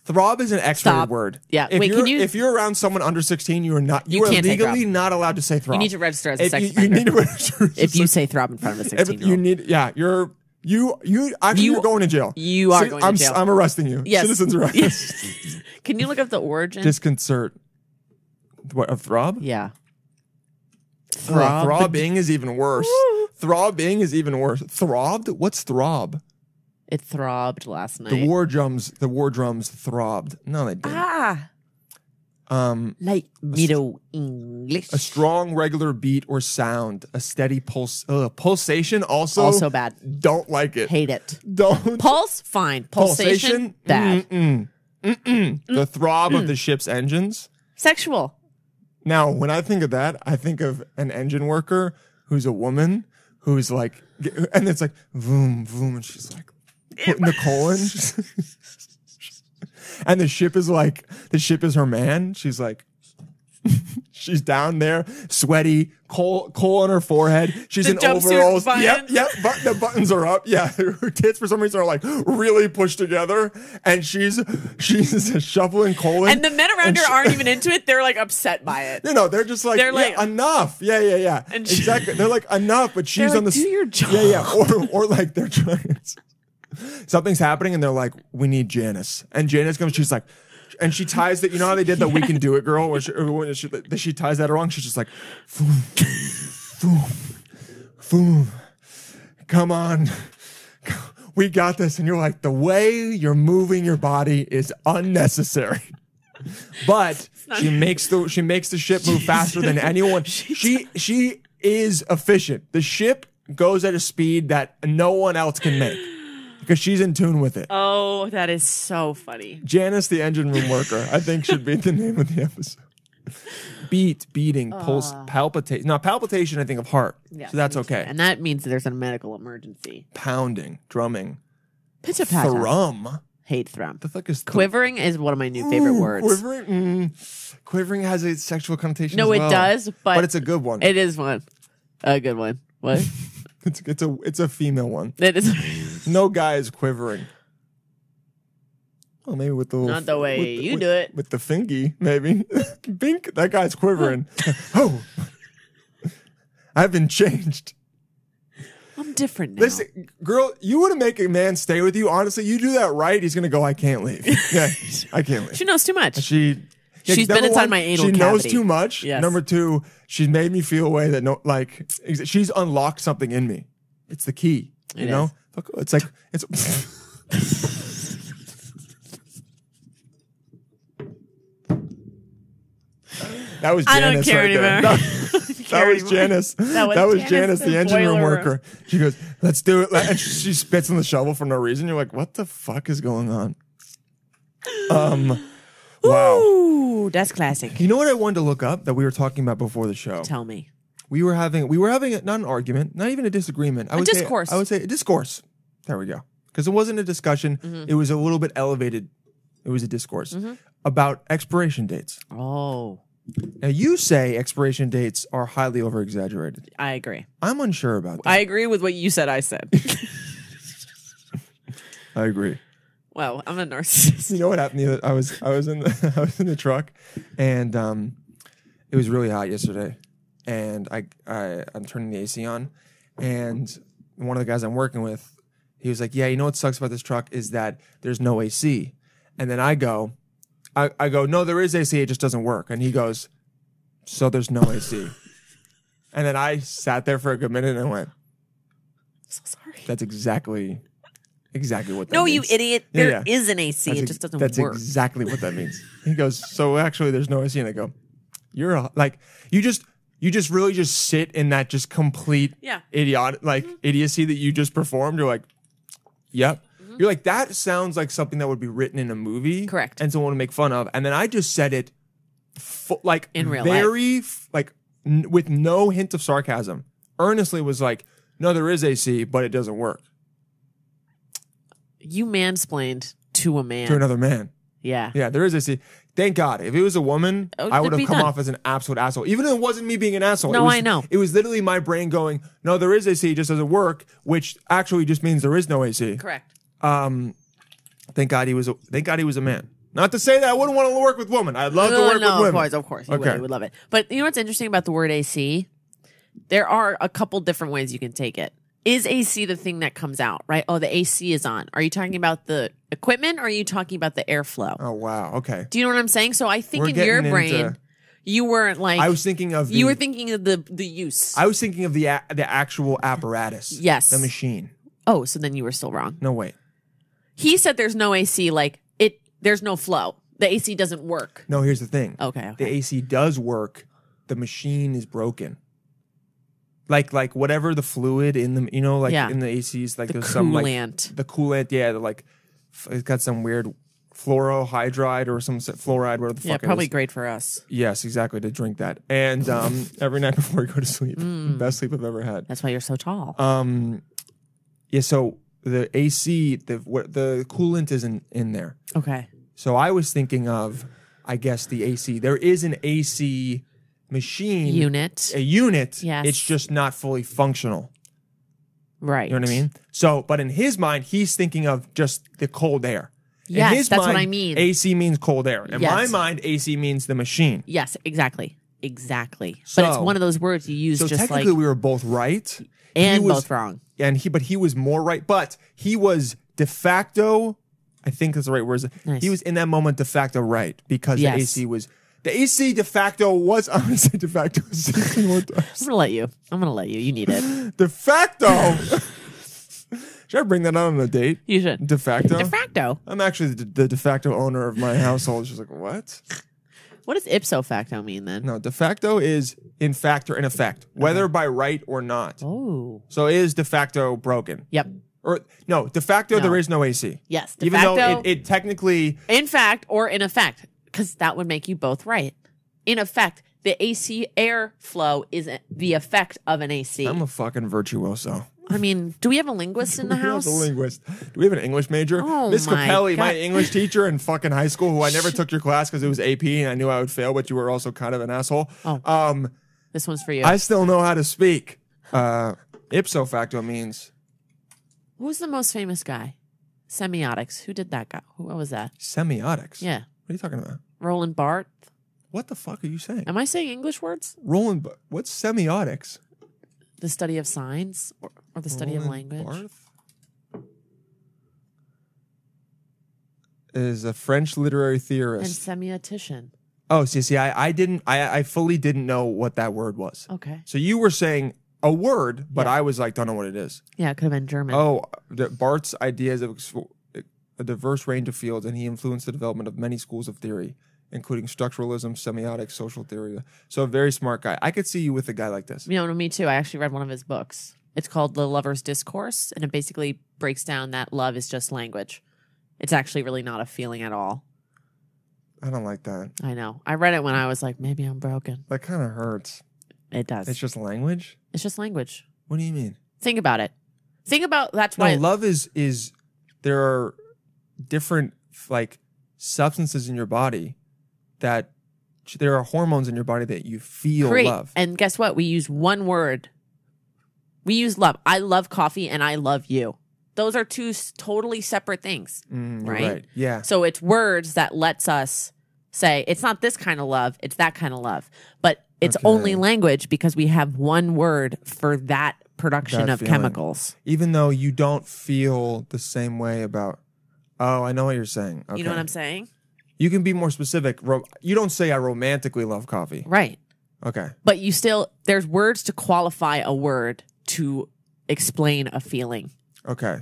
Speaker 4: throb is an x-rated
Speaker 5: Stop.
Speaker 4: word
Speaker 5: Yeah,
Speaker 4: if
Speaker 5: wait,
Speaker 4: you're,
Speaker 5: can you-
Speaker 4: if you're around someone under 16 you are not you,
Speaker 5: You
Speaker 4: are
Speaker 5: can't say
Speaker 4: legally
Speaker 5: throb.
Speaker 4: not allowed to say throb
Speaker 5: You need to register as a
Speaker 4: If
Speaker 5: sex
Speaker 4: you, you
Speaker 5: offender.
Speaker 4: need to register as a
Speaker 5: if you
Speaker 4: sex-
Speaker 5: say throb in front of a
Speaker 4: if
Speaker 5: 16 year
Speaker 4: you
Speaker 5: old.
Speaker 4: need yeah you're you you actually
Speaker 5: You-
Speaker 4: you, are going to jail
Speaker 5: you are going to
Speaker 4: I'm,
Speaker 5: jail.
Speaker 4: I'm arresting you
Speaker 5: Yes.
Speaker 4: citizens arrest
Speaker 5: Can you look up the origin?
Speaker 4: disconcert what a throb
Speaker 5: yeah.
Speaker 4: Ugh,
Speaker 5: Throb.
Speaker 4: throbbing is even worse
Speaker 5: Woo.
Speaker 4: throbbing is even worse throbbed what's throb
Speaker 5: It throbbed last night.
Speaker 4: the war drums the war drums throbbed no they didn't
Speaker 5: ah.
Speaker 4: um
Speaker 5: Like Middle English.
Speaker 4: A strong regular beat or sound, a steady pulse, uh, pulsation. Also,
Speaker 5: also bad.
Speaker 4: Don't like it.
Speaker 5: Hate it.
Speaker 4: Mm. Don't
Speaker 5: Pulse, fine. Pulsation, bad. Mm.
Speaker 4: Mm-mm. Mm-mm. The throb of the ship's engines.
Speaker 5: Sexual.
Speaker 4: Now, when I think of that, I think of an engine worker who's a woman who's like, and it's like, vroom, vroom, and she's like, putting the coal in. and the ship is like, the ship is her man. She's like, she's down there, sweaty, coal coal on her forehead. She's
Speaker 5: The
Speaker 4: in
Speaker 5: jumpsuit
Speaker 4: overalls.
Speaker 5: buttons.
Speaker 4: Yep, yep. But the buttons are up. Yeah, her tits for some reason are like really pushed together, and she's she's shoveling coal. in.
Speaker 5: And the men around
Speaker 4: And
Speaker 5: her
Speaker 4: she-
Speaker 5: aren't even into it. They're like upset by it.
Speaker 4: no, no, they're just like,
Speaker 5: They're
Speaker 4: "Yeah,
Speaker 5: like-
Speaker 4: enough. Yeah, yeah, yeah.
Speaker 5: And she-
Speaker 4: exactly. They're like, enough, but she's
Speaker 5: like,
Speaker 4: on the. s-
Speaker 5: "Do your job."
Speaker 4: Yeah, yeah. Or, or like they're trying. Something's happening and they're like, we need Janice. And Janice comes, she's like, and she ties that. You know how they did the We Can Do It girl? Where she, or when she, that she ties that wrong? She's just like, foom, foom, foom. Come on. We got this. And you're like, the way you're moving your body is unnecessary. But she makes the she makes the ship move faster than anyone. She she is efficient. The ship goes at a speed that no one else can make because she's in tune with it.
Speaker 5: Oh, that is so funny.
Speaker 4: Janice, the engine room worker, I think should be the name of the episode. Beat, beating, pulse, palpitation. Now palpitation, I think of heart, so that's okay.
Speaker 5: And that means that there's a medical emergency.
Speaker 4: Pounding, drumming,
Speaker 5: Pitta patta.
Speaker 4: thrum.
Speaker 5: Hate thrum.
Speaker 4: The fuck is thrum?
Speaker 5: Quivering is one of my new favorite
Speaker 4: Ooh,
Speaker 5: words.
Speaker 4: Quivering, mm. quivering has a sexual connotation.
Speaker 5: No,
Speaker 4: as
Speaker 5: it
Speaker 4: well.
Speaker 5: does, but,
Speaker 4: it's a good one.
Speaker 5: It is one. A good one. What?
Speaker 4: It's, it's a it's a female one.
Speaker 5: That is
Speaker 4: No guy is quivering. Well, maybe with the little,
Speaker 5: Not the way
Speaker 4: with
Speaker 5: you
Speaker 4: with-
Speaker 5: do it.
Speaker 4: with the fingy, maybe. Bink, that guy's quivering. oh, I've been changed.
Speaker 5: I'm different now.
Speaker 4: Listen, girl, you want to make a man stay with you? Honestly, you do that right, he's gonna go. I can't leave. Yeah, I can't leave.
Speaker 5: she knows too much.
Speaker 4: She yeah,
Speaker 5: She's been
Speaker 4: number
Speaker 5: inside
Speaker 4: one,
Speaker 5: my anal
Speaker 4: She knows
Speaker 5: cavity.
Speaker 4: too much.
Speaker 5: Yes.
Speaker 4: Number two, she's made me feel a way that no, like ex- she's unlocked something in me. It's the key, you
Speaker 5: It
Speaker 4: know.
Speaker 5: is.
Speaker 4: Fuck, It's like it's. That was
Speaker 5: I don't
Speaker 4: Janice
Speaker 5: care
Speaker 4: right there.
Speaker 5: anymore.
Speaker 4: That- That was Janice. That was,
Speaker 5: was
Speaker 4: Janice,
Speaker 5: Janice,
Speaker 4: the
Speaker 5: the
Speaker 4: engine room
Speaker 5: boiler
Speaker 4: worker. She goes, "Let's do it," and she spits on the shovel for no reason. You're like, "What the fuck is going on?" Um, wow.
Speaker 5: Ooh, that's classic.
Speaker 4: You know what I wanted to look up that we were talking about before the show?
Speaker 5: Tell me.
Speaker 4: We were having we were having a, not an argument, not even a disagreement. I would say-
Speaker 5: discourse.
Speaker 4: I would say a discourse. There we go. Because it wasn't a discussion.
Speaker 5: Mm-hmm.
Speaker 4: It was a little bit elevated. It was a discourse about expiration dates.
Speaker 5: Oh,
Speaker 4: Now you say expiration dates are highly over exaggerated.
Speaker 5: I agree.
Speaker 4: I'm unsure about that.
Speaker 5: I agree with what you said. I said.
Speaker 4: I agree.
Speaker 5: wow, I'm a narcissist.
Speaker 4: you know what happened? The other, I was I was in the I was in the truck, and um, it was really hot yesterday, and I, I I'm turning the AC on, and one of the guys I'm working with, he was like, "Yeah, you know what sucks about this truck is that there's no AC," and then I go, I, I go, "No, there is AC, it just doesn't work," and he goes, "So there's no AC," and then I sat there for a good minute and I went,
Speaker 5: so sorry.
Speaker 4: "That's exactly." Exactly what that
Speaker 5: No, you
Speaker 4: means."
Speaker 5: idiot.
Speaker 4: Yeah,
Speaker 5: There is
Speaker 4: yeah.
Speaker 5: an AC. it
Speaker 4: ex-
Speaker 5: just doesn't
Speaker 4: that's
Speaker 5: work.
Speaker 4: exactly what that means. he goes, so actually, there's no AC, and I go, you're a, like, you just, you just really just sit in that just complete
Speaker 5: Yeah. Mm-hmm.
Speaker 4: idiot, like idiocy that you just performed. You're like, yep.
Speaker 5: Mm-hmm.
Speaker 4: You're like that sounds like something that would be written in a movie,
Speaker 5: Correct.
Speaker 4: And someone would make fun of, and then I just said it, fu- like
Speaker 5: In real life.
Speaker 4: very f- like n- with no hint of sarcasm. Earnestly was like, no, there is AC, but it doesn't work
Speaker 5: you mansplained to a man.
Speaker 4: to another man.
Speaker 5: yeah.
Speaker 4: Yeah, there is a C. Thank God. If it was a woman,
Speaker 5: Oh,
Speaker 4: I would
Speaker 5: it'd
Speaker 4: have
Speaker 5: be
Speaker 4: come
Speaker 5: done.
Speaker 4: off as an absolute asshole. Even if it wasn't me being an asshole.
Speaker 5: No,
Speaker 4: it was,
Speaker 5: I know.
Speaker 4: It was literally my brain going, no, there is AC, it just doesn't work, which actually just means there is no AC.
Speaker 5: Correct.
Speaker 4: Thank God he was a, thank God he was a man. Not to say that I wouldn't want to work with women. I'd love Oh, to work
Speaker 5: no,
Speaker 4: with women.
Speaker 5: of course, of course. You would,
Speaker 4: Okay.
Speaker 5: you would love it. But you know what's interesting about the word AC? There are a couple different ways you can take it. Is AC the thing that comes out, right? Oh, the AC is on. Are you talking about the equipment or are you talking about the airflow?
Speaker 4: Oh wow. Okay.
Speaker 5: Do you know what I'm saying? So I think
Speaker 4: We're
Speaker 5: in your
Speaker 4: getting
Speaker 5: brain,
Speaker 4: into-
Speaker 5: you weren't like
Speaker 4: I was thinking of the,
Speaker 5: you were thinking of the the use.
Speaker 4: I was thinking of the a- the actual apparatus.
Speaker 5: Yes.
Speaker 4: The machine.
Speaker 5: oh, so then you were still wrong.
Speaker 4: No wait.
Speaker 5: He said there's no AC, like it there's no flow. The AC doesn't work.
Speaker 4: No, here's the thing.
Speaker 5: Okay, okay.
Speaker 4: The AC does work. The machine is broken. Like like whatever the fluid in the you know like
Speaker 5: Yeah.
Speaker 4: in the ACs like
Speaker 5: The
Speaker 4: there's some like
Speaker 5: coolant.
Speaker 4: the coolant yeah the, like f- it's got some weird fluorohydride or some s- fluoride whatever the
Speaker 5: yeah,
Speaker 4: fuck it
Speaker 5: probably
Speaker 4: is.
Speaker 5: great for us.
Speaker 4: yes exactly to drink that and um every night
Speaker 5: Mm.
Speaker 4: before I go to sleep best sleep I've ever had
Speaker 5: That's why you're so tall.
Speaker 4: um yeah so the AC the what the coolant isn't in there.
Speaker 5: Okay.
Speaker 4: So I was thinking of, I guess the AC. There is an AC machine
Speaker 5: Unit.
Speaker 4: a unit.
Speaker 5: Yes.
Speaker 4: It's just not fully functional.
Speaker 5: Right.
Speaker 4: You know what I mean? So, but in his mind, he's thinking of just the cold air.
Speaker 5: Yes,
Speaker 4: in his
Speaker 5: that's what
Speaker 4: mind,
Speaker 5: I mean.
Speaker 4: AC means cold air. In my
Speaker 5: Yes.
Speaker 4: mind, AC means the machine.
Speaker 5: Yes, exactly. Exactly. but it's
Speaker 4: So-
Speaker 5: one of those words you use
Speaker 4: So
Speaker 5: just like
Speaker 4: technically, we were both right,
Speaker 5: and
Speaker 4: He was-
Speaker 5: both wrong.
Speaker 4: and he, but he was more right. But he was de facto. I think that's the right words.
Speaker 5: Nice.
Speaker 4: He was in that moment de facto right because
Speaker 5: Yes.
Speaker 4: the AC was the AC de facto was. I'm gonna say de facto. 16 more times.
Speaker 5: I'm gonna let you. I'm gonna let you. You need it.
Speaker 4: De facto. Should I bring that out on a date?
Speaker 5: You should.
Speaker 4: De facto.
Speaker 5: De facto.
Speaker 4: I'm actually the, the de facto owner of my household. She's like, what?
Speaker 5: What does ipso facto mean then?
Speaker 4: No, de facto is in fact or in effect, whether by right or not.
Speaker 5: Oh.
Speaker 4: So is de facto broken?
Speaker 5: Yep.
Speaker 4: Or no, de facto
Speaker 5: No.
Speaker 4: there is no AC.
Speaker 5: Yes, de
Speaker 4: Even though
Speaker 5: facto-
Speaker 4: it, it technically
Speaker 5: In fact, or in effect, because that would make you both right. In effect, the AC air flow is a- the effect of an AC.
Speaker 4: I'm a fucking virtuoso.
Speaker 5: I mean, do we have a linguist in the
Speaker 4: You're not
Speaker 5: house?
Speaker 4: the linguist. Do we have an English major?
Speaker 5: Oh
Speaker 4: Miss
Speaker 5: my
Speaker 4: Capelli, my
Speaker 5: God.
Speaker 4: English teacher in fucking high school, who I never took your class because it was AP and I knew I would fail, but you were also kind of an asshole.
Speaker 5: Oh.
Speaker 4: Um,
Speaker 5: this one's for you.
Speaker 4: I still know how to speak. Uh, ipso facto means
Speaker 5: Who's the most famous guy? Semiotics. Who did that guy? Who what was that?
Speaker 4: semiotics.
Speaker 5: Yeah.
Speaker 4: What are you talking about?
Speaker 5: Roland Barthes.
Speaker 4: What the fuck are you saying?
Speaker 5: Am I saying English words?
Speaker 4: Roland, Bar- what's semiotics?
Speaker 5: The study of signs or, or the study of language?
Speaker 4: Barth is a French literary
Speaker 5: And
Speaker 4: theorist.
Speaker 5: semiotician.
Speaker 4: oh, see, see, I, I didn't, I, I fully didn't know what that word was.
Speaker 5: Okay.
Speaker 4: So you were saying a word, but I was like, don't know what it is.
Speaker 5: Yeah, it could have been German.
Speaker 4: Oh, the- Barth's ideas of exfo- a diverse range of fields, and he influenced the development of many schools of theory, including structuralism, semiotics, social theory. So a very smart guy. I could see you with a guy like this.
Speaker 5: You know, me too. I actually read one of his books. It's called The Lover's Discourse, and it basically breaks down that love is just language. It's actually really not a feeling at all.
Speaker 4: I don't like that.
Speaker 5: I know. I read it when I was like, maybe I'm broken.
Speaker 4: That kind of hurts.
Speaker 5: It does.
Speaker 4: It's just language.
Speaker 5: It's just language.
Speaker 4: What do you mean?
Speaker 5: Think about it. Think about that's
Speaker 4: No,
Speaker 5: why
Speaker 4: love is is there are different like substances in your body that there are hormones in your body that you feel
Speaker 5: create.
Speaker 4: love.
Speaker 5: And guess what? We use one word. We use love. I love coffee and I love you. Those are two s- totally separate things.
Speaker 4: Mm, you're
Speaker 5: right?
Speaker 4: Yeah.
Speaker 5: So it's words that lets us say it's not this kind of love, it's that kind of love. But it's
Speaker 4: Okay.
Speaker 5: only language because we have one word for that production
Speaker 4: That
Speaker 5: of
Speaker 4: feeling.
Speaker 5: chemicals.
Speaker 4: Even though you don't feel the same way about. Oh, I know what you're saying.
Speaker 5: You
Speaker 4: Okay.
Speaker 5: know what I'm saying?
Speaker 4: You can be more specific. Ro- you don't say I romantically love coffee.
Speaker 5: Right.
Speaker 4: Okay.
Speaker 5: But you still there's words to qualify a word to explain a feeling,
Speaker 4: Okay.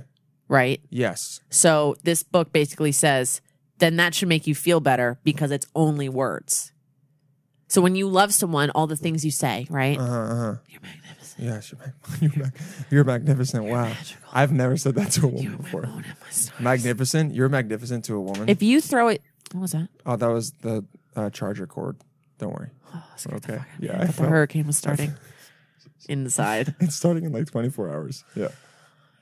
Speaker 5: right?
Speaker 4: Yes.
Speaker 5: So this book basically says, then that should make you feel better because it's only words. So when you love someone, all the things you say, right?
Speaker 4: Uh huh. Uh-huh.
Speaker 5: You're magnificent.
Speaker 4: Yes. You're, mag- you're, mag- you're magnificent. wow.
Speaker 5: magical.
Speaker 4: I've never said that to a
Speaker 5: You're
Speaker 4: woman
Speaker 5: my
Speaker 4: before.
Speaker 5: moon and my stars.
Speaker 4: Magnificent. You're magnificent to a woman.
Speaker 5: If you throw it, what was that?
Speaker 4: Oh, that was the uh, charger cord. Don't worry.
Speaker 5: Oh, scared the
Speaker 4: Okay.
Speaker 5: fuck out of me.
Speaker 4: Yeah,
Speaker 5: I
Speaker 4: I
Speaker 5: thought the
Speaker 4: felt-
Speaker 5: hurricane was starting inside.
Speaker 4: It's starting in like 24 hours. Yeah.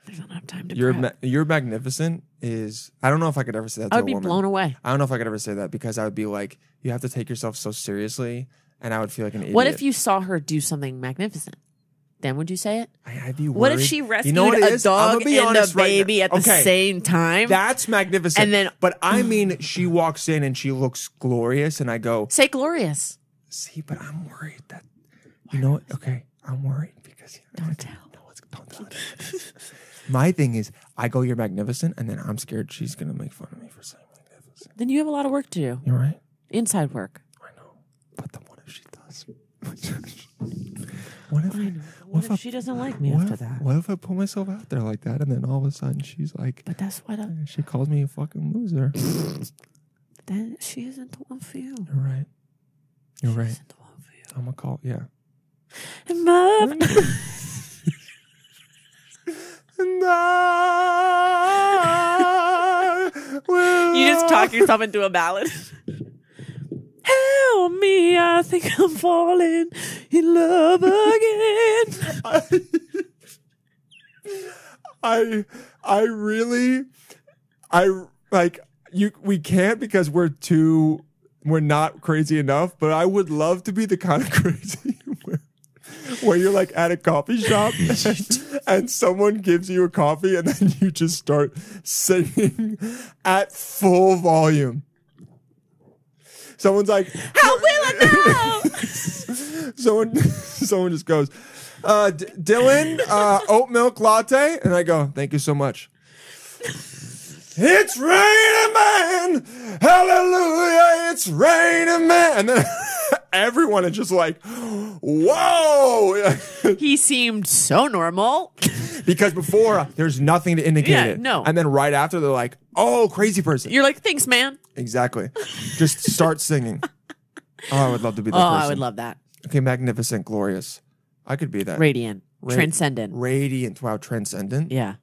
Speaker 5: There's not enough time to.
Speaker 4: You're
Speaker 5: prep.
Speaker 4: ma- you're magnificent is I don't know if I could ever say that to
Speaker 5: I
Speaker 4: a
Speaker 5: would be
Speaker 4: woman.
Speaker 5: blown away.
Speaker 4: I don't know if I could ever say that because I would be like you have to take yourself so seriously and I would feel like an idiot.
Speaker 5: What if you saw her do something magnificent? Then would you say it?
Speaker 4: I, would be worried.
Speaker 5: What if she rescued
Speaker 4: you know what it
Speaker 5: a
Speaker 4: is? I'm
Speaker 5: dog
Speaker 4: gonna be
Speaker 5: and a
Speaker 4: honest right now.
Speaker 5: baby at the
Speaker 4: Okay,
Speaker 5: same time?
Speaker 4: That's magnificent.
Speaker 5: And then-
Speaker 4: but I mean she walks in and she looks glorious and I go,
Speaker 5: Say glorious.
Speaker 4: "See, but I'm worried that you know what? Okay, I'm worried because
Speaker 5: Don't tell.
Speaker 4: No, it's, don't tell it. My thing is, I go, you're magnificent, and then I'm scared she's going to make fun of me for saying magnificent.
Speaker 5: Then you have a lot of work to do.
Speaker 4: You're right.
Speaker 5: Inside work.
Speaker 4: I know. But then what if she does? what if,
Speaker 5: I know. What, if,
Speaker 4: I-
Speaker 5: she doesn't like me
Speaker 4: what
Speaker 5: after
Speaker 4: if-
Speaker 5: that?
Speaker 4: What if I put myself out there like that, and then all of a sudden she's like,
Speaker 5: But that's what I,
Speaker 4: she calls me a fucking loser.
Speaker 5: then she isn't the one for you.
Speaker 4: you're right. You're right.
Speaker 5: Isn't the one for you.
Speaker 4: I'm going to call, yeah.
Speaker 5: And love-
Speaker 4: And I will
Speaker 5: You just talk yourself into a ballad. Help me, I think I'm falling in love again.
Speaker 4: I I really, I like you. We can't because we're too, we're not crazy enough. But I would love to be the kind of crazy where, where you're like at a coffee shop and, and someone gives you a coffee and then you just start singing at full volume. Someone's like,
Speaker 5: How will I know?
Speaker 4: someone someone just goes, uh, D- Dylan, uh, oat milk latte, and I go, thank you so much. it's raining man, hallelujah! It's raining man, and then everyone is just like, whoa,
Speaker 5: he seemed so normal.
Speaker 4: because before there's nothing to indicate
Speaker 5: Yeah,
Speaker 4: it.
Speaker 5: no.
Speaker 4: and then right after they're like, oh, crazy person.
Speaker 5: You're like, thanks, man.
Speaker 4: exactly. Just start singing. Oh, I would love to be that
Speaker 5: Oh,
Speaker 4: person.
Speaker 5: I would love that.
Speaker 4: Okay, magnificent, glorious. I could be that.
Speaker 5: Radiant,
Speaker 4: Ra-
Speaker 5: transcendent.
Speaker 4: radiant. Wow, transcendent.
Speaker 5: yeah.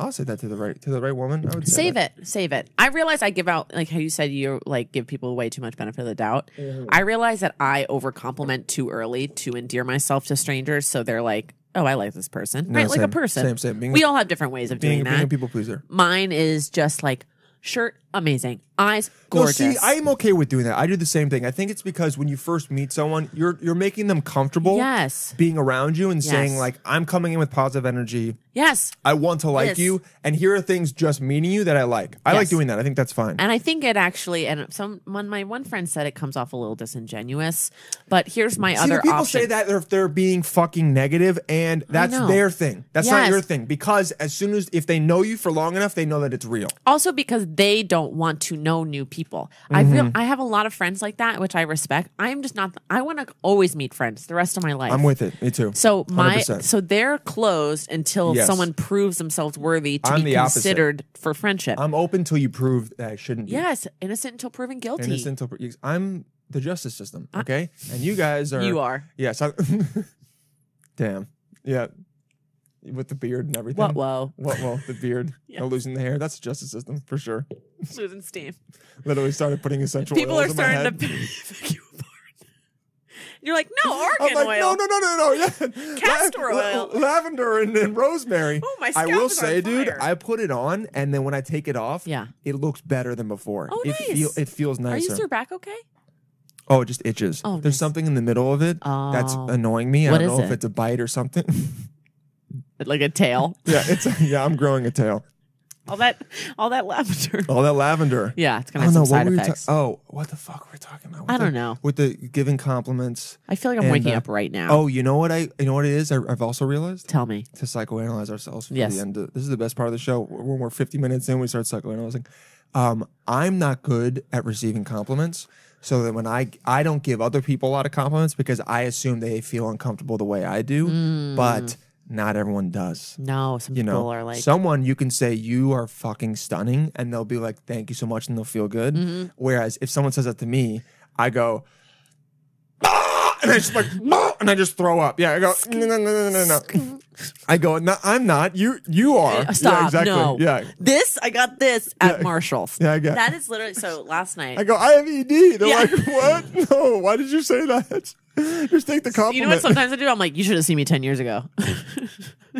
Speaker 4: I'll say that to the right to the right woman. I would say
Speaker 5: Save
Speaker 4: that.
Speaker 5: it. Save it. I realize I give out like how you said you like give people way too much benefit of the doubt.
Speaker 4: Mm-hmm.
Speaker 5: I realize that I overcompliment too early to endear myself to strangers, so they're like, "Oh, I like this person."
Speaker 4: No,
Speaker 5: right? Like a
Speaker 4: same,
Speaker 5: person.
Speaker 4: same, same. Being a-
Speaker 5: we all have different ways of
Speaker 4: Being,
Speaker 5: doing
Speaker 4: being a
Speaker 5: that.
Speaker 4: people pleaser.
Speaker 5: Mine is just like shirt amazing, eyes
Speaker 4: No,
Speaker 5: gorgeous.
Speaker 4: see, I'm okay with doing that. I do the same thing. I think it's because when you first meet someone, you're you're making them comfortable.
Speaker 5: Yes.
Speaker 4: Being around you and saying
Speaker 5: Yes.
Speaker 4: like, I'm coming in with positive energy.
Speaker 5: yes.
Speaker 4: I want to like
Speaker 5: Yes.
Speaker 4: you, and here are things just meaning you that I like. I like
Speaker 5: Yes.
Speaker 4: doing that. I think that's fine.
Speaker 5: And I think it actually, and someone, my one friend said it comes off a little disingenuous. But here's my
Speaker 4: See,
Speaker 5: other
Speaker 4: when people
Speaker 5: option.
Speaker 4: say that if they're being fucking negative, and that's
Speaker 5: know.
Speaker 4: their thing. That's not
Speaker 5: Yes.
Speaker 4: your thing because as soon as if they know you for long enough, they know that it's real.
Speaker 5: also because they don't want to know new people. I feel
Speaker 4: Mm-hmm.
Speaker 5: I have a lot of friends like that, which I respect. I'm just not. I want to always meet friends the rest of my life.
Speaker 4: I'm with it. Me too.
Speaker 5: So my
Speaker 4: 100%.
Speaker 5: so they're closed until
Speaker 4: Yes.
Speaker 5: someone proves themselves worthy to
Speaker 4: I'm
Speaker 5: be
Speaker 4: the opposite.
Speaker 5: considered for friendship.
Speaker 4: I'm open till you prove that I shouldn't. Be.
Speaker 5: yes, innocent until proven guilty.
Speaker 4: Innocent till pro- I'm the justice system, okay? and you guys are.
Speaker 5: Uh, You are.
Speaker 4: Yes. I, damn. Yeah. With the beard and everything.
Speaker 5: What? Whoa,
Speaker 4: What? Well, the beard.
Speaker 5: Yes.
Speaker 4: no losing the hair. That's the justice system for sure.
Speaker 5: Susan Steve.
Speaker 4: Literally started putting essential
Speaker 5: People
Speaker 4: oils
Speaker 5: are
Speaker 4: in my
Speaker 5: starting to
Speaker 4: head.
Speaker 5: pick you apart. You're like, no
Speaker 4: I'm
Speaker 5: argan
Speaker 4: like,
Speaker 5: oil.
Speaker 4: no, no, no, no, no, yeah.
Speaker 5: Castor oil.
Speaker 4: lavender, and, and rosemary.
Speaker 5: Oh, my
Speaker 4: I
Speaker 5: scalp
Speaker 4: will
Speaker 5: is on
Speaker 4: say, dude,
Speaker 5: fire.
Speaker 4: I put it on, and then when I take it off,
Speaker 5: Yeah.
Speaker 4: it looks better than before.
Speaker 5: Oh,
Speaker 4: it
Speaker 5: nice.
Speaker 4: it feels nicer.
Speaker 5: Are you your back okay?
Speaker 4: Oh, it just itches.
Speaker 5: Oh,
Speaker 4: There's
Speaker 5: nice.
Speaker 4: something in the middle of it that's
Speaker 5: Oh.
Speaker 4: annoying me. I
Speaker 5: What
Speaker 4: don't
Speaker 5: is
Speaker 4: know if
Speaker 5: it?
Speaker 4: it's a bite or something.
Speaker 5: Like a tail.
Speaker 4: yeah, it's yeah. I'm growing a tail.
Speaker 5: all that, all that lavender.
Speaker 4: All that lavender.
Speaker 5: Yeah, it's
Speaker 4: Oh. I don't
Speaker 5: gonna have
Speaker 4: know
Speaker 5: some
Speaker 4: what
Speaker 5: side
Speaker 4: were we
Speaker 5: effects.
Speaker 4: ta- oh, what the fuck were we talking about? With
Speaker 5: I
Speaker 4: the-
Speaker 5: don't know.
Speaker 4: With the giving compliments.
Speaker 5: I feel like I'm
Speaker 4: and
Speaker 5: waking
Speaker 4: the-
Speaker 5: up right now.
Speaker 4: Oh, you know what I? You know what it is? I, I've also realized
Speaker 5: Tell me.
Speaker 4: to psychoanalyze ourselves. For
Speaker 5: Yes.
Speaker 4: The end of- this is the best part of the show. When we're 50 minutes in, we start psychoanalyzing. Um, I'm not good at receiving compliments. So that when I I don't give other people a lot of compliments because I assume they feel uncomfortable the way I do, but not everyone does.
Speaker 5: No, some
Speaker 4: You know,
Speaker 5: people are like,
Speaker 4: someone you can say you are fucking stunning, and they'll be like, "Thank you so much," and they'll feel good.
Speaker 5: Mm-hmm.
Speaker 4: Whereas if someone says that to me, I go, "Ah!" and I just like, "Ah!" and I just throw up. Yeah, I go, no, no, no, no, no, no. I go, no, I'm not. You, you are.
Speaker 5: "Uh, stop,
Speaker 4: Yeah, exactly.
Speaker 5: no.
Speaker 4: Yeah.
Speaker 5: This, I got this at Marshall's.
Speaker 4: Yeah, I got-
Speaker 5: That is literally, so last night,
Speaker 4: I go, I have ED. They're
Speaker 5: Yeah.
Speaker 4: like, what? No, why did you say that? Just take the compliment.
Speaker 5: you know what sometimes I do? I'm like, you should have seen me 10 years ago.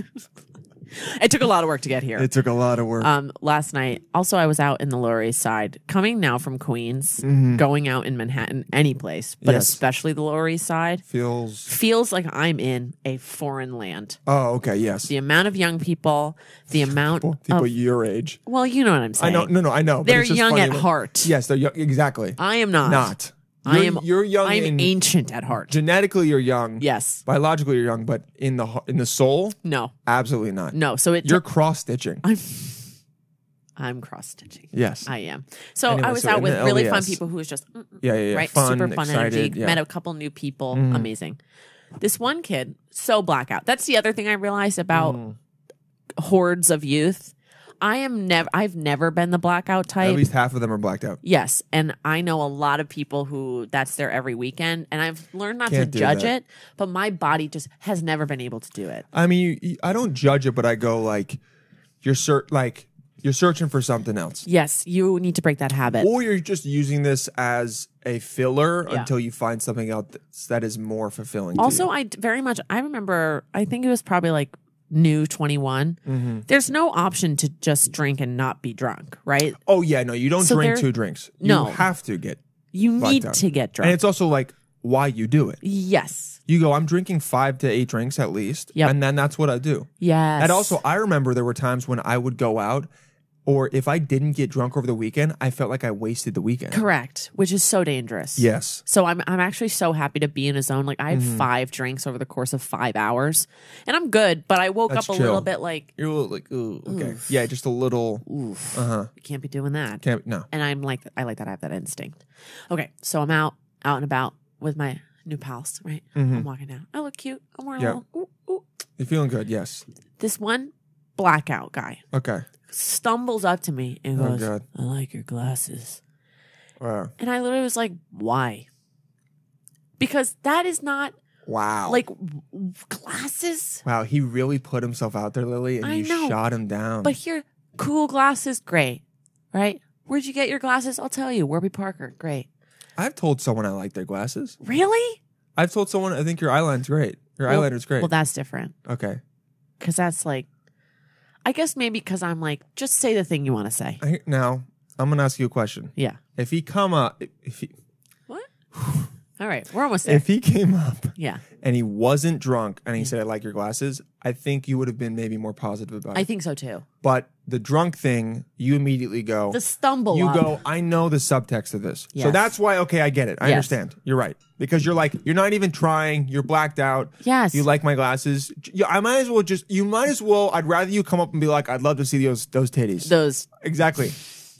Speaker 5: it took a lot of work to get here.
Speaker 4: it took a lot of work.
Speaker 5: um, last night, also, I was out in the Lower East Side, coming now from Queens, going out in Manhattan, any place, but
Speaker 4: Mm-hmm. Yes.
Speaker 5: especially the Lower East Side,
Speaker 4: Feels.
Speaker 5: feels like I'm in a foreign land.
Speaker 4: Oh, okay. Yes.
Speaker 5: The amount of young people, the amount
Speaker 4: People, people
Speaker 5: of,
Speaker 4: your age.
Speaker 5: well, you know what I'm
Speaker 4: I
Speaker 5: saying.
Speaker 4: know. No, no, I know. but
Speaker 5: They're
Speaker 4: it's just
Speaker 5: young
Speaker 4: funny
Speaker 5: at
Speaker 4: that-
Speaker 5: heart.
Speaker 4: Yes, they're young. Exactly.
Speaker 5: I am not.
Speaker 4: Not.
Speaker 5: I
Speaker 4: You're-
Speaker 5: am.
Speaker 4: You're young.
Speaker 5: I'm
Speaker 4: in-
Speaker 5: ancient at heart.
Speaker 4: Genetically, you're young.
Speaker 5: Yes.
Speaker 4: Biologically, you're young, but in the heart- in the soul,
Speaker 5: No.
Speaker 4: absolutely not.
Speaker 5: No. So it.
Speaker 4: You're cross stitching.
Speaker 5: I'm cross stitching.
Speaker 4: Yes.
Speaker 5: I am. So
Speaker 4: Anyway,
Speaker 5: I was
Speaker 4: so in
Speaker 5: out with
Speaker 4: the
Speaker 5: really fun
Speaker 4: LES.
Speaker 5: people who was just mm, mm,
Speaker 4: yeah, yeah, yeah.
Speaker 5: right,
Speaker 4: Fun,
Speaker 5: super fun
Speaker 4: excited,
Speaker 5: energy.
Speaker 4: yeah. Mm-hmm.
Speaker 5: Met a couple new people. Amazing. This one kid, so blackout. That's the other thing I realized about
Speaker 4: Mm-hmm.
Speaker 5: hordes of youth. I am never. I've never been the blackout
Speaker 4: At
Speaker 5: type.
Speaker 4: least half of them are blacked out.
Speaker 5: Yes, and I know a lot of people who that's their every weekend, and I've learned not
Speaker 4: Can't
Speaker 5: to
Speaker 4: do
Speaker 5: judge
Speaker 4: that.
Speaker 5: it. But my body just has never been able to do it.
Speaker 4: I mean, you, you- I don't judge it, but I go like, you're ser- like you're searching for something else,
Speaker 5: Yes, you need to break that habit.
Speaker 4: or you're just using this as a filler
Speaker 5: Yeah.
Speaker 4: until you find something else that is more fulfilling. to
Speaker 5: also,
Speaker 4: you.
Speaker 5: I d- very much I remember. I think it was probably like new 21,
Speaker 4: Mm-hmm.
Speaker 5: there's no option to just drink and not be drunk, right?
Speaker 4: Oh yeah, no, you don't
Speaker 5: So
Speaker 4: drink
Speaker 5: there-
Speaker 4: two drinks.
Speaker 5: No.
Speaker 4: you have to get,
Speaker 5: You
Speaker 4: Fucked
Speaker 5: need
Speaker 4: up.
Speaker 5: to get
Speaker 4: and
Speaker 5: drunk.
Speaker 4: it's also like why you do it.
Speaker 5: Yes.
Speaker 4: You go, I'm drinking five to eight drinks at least,
Speaker 5: Yep.
Speaker 4: and then that's what I do.
Speaker 5: Yes.
Speaker 4: And also, I remember there were times when I would go out, or if I didn't get drunk over the weekend, I felt like I wasted the weekend.
Speaker 5: correct, which is so dangerous.
Speaker 4: Yes.
Speaker 5: So I'm I'm actually so happy to be in a zone. Like I had
Speaker 4: Mm-hmm.
Speaker 5: five drinks over the course of five hours, and I'm good. But I woke
Speaker 4: That's
Speaker 5: up a
Speaker 4: chill.
Speaker 5: little bit like
Speaker 4: You're a little like, ooh, okay. Yeah, just a little. Uh huh.
Speaker 5: "You can't be doing that.
Speaker 4: Can't, no.
Speaker 5: And I'm like I like that I have that instinct. Okay, so I'm out out and about with my new pals. Right,
Speaker 4: Hmm.
Speaker 5: I'm walking down. I look cute. I'm wearing
Speaker 4: Yep.
Speaker 5: a little. Ooh, ooh.
Speaker 4: Mm-hmm. You're feeling good. Yes.
Speaker 5: This one blackout guy
Speaker 4: Okay.
Speaker 5: stumbles up to me and
Speaker 4: Oh,
Speaker 5: goes,
Speaker 4: God.
Speaker 5: "I like your glasses."
Speaker 4: Wow.
Speaker 5: And I literally was like, "Why?" Because that is not
Speaker 4: wow.
Speaker 5: like w- w- glasses.
Speaker 4: wow. He really put himself out there, Lily, and
Speaker 5: I
Speaker 4: you
Speaker 5: know.
Speaker 4: shot him down.
Speaker 5: But here, cool glasses, great, right? Where'd you get your glasses? I'll tell you, Warby Parker, great.
Speaker 4: I've told someone I like their glasses.
Speaker 5: Really?
Speaker 4: I've told someone I think your eyeliner's great. Your
Speaker 5: Well-
Speaker 4: eyeliner's great.
Speaker 5: Well, that's different
Speaker 4: okay.
Speaker 5: because that's like, I guess maybe because I'm like, just say the thing you want to say.
Speaker 4: I, now I'm gonna ask you a question.
Speaker 5: Yeah.
Speaker 4: If he come up, if he,
Speaker 5: What? All right, we're almost there.
Speaker 4: if he came up
Speaker 5: yeah,
Speaker 4: and he wasn't drunk
Speaker 5: Mm.
Speaker 4: and he said I like your glasses, I think you would have been maybe more positive about
Speaker 5: I
Speaker 4: it.
Speaker 5: think so too.
Speaker 4: But the drunk thing, you immediately go.
Speaker 5: The stumble.
Speaker 4: you
Speaker 5: up.
Speaker 4: go. I know the subtext of this, so
Speaker 5: Yes.
Speaker 4: that's why. Okay, I get it. I
Speaker 5: Yes.
Speaker 4: understand. You're right because you're like you're not even trying. You're blacked out.
Speaker 5: Yes.
Speaker 4: You like my glasses. J- yeah, I might as well just. You might as well. I'd rather you come up and be like, "I'd love to see those those titties."
Speaker 5: Those.
Speaker 4: exactly.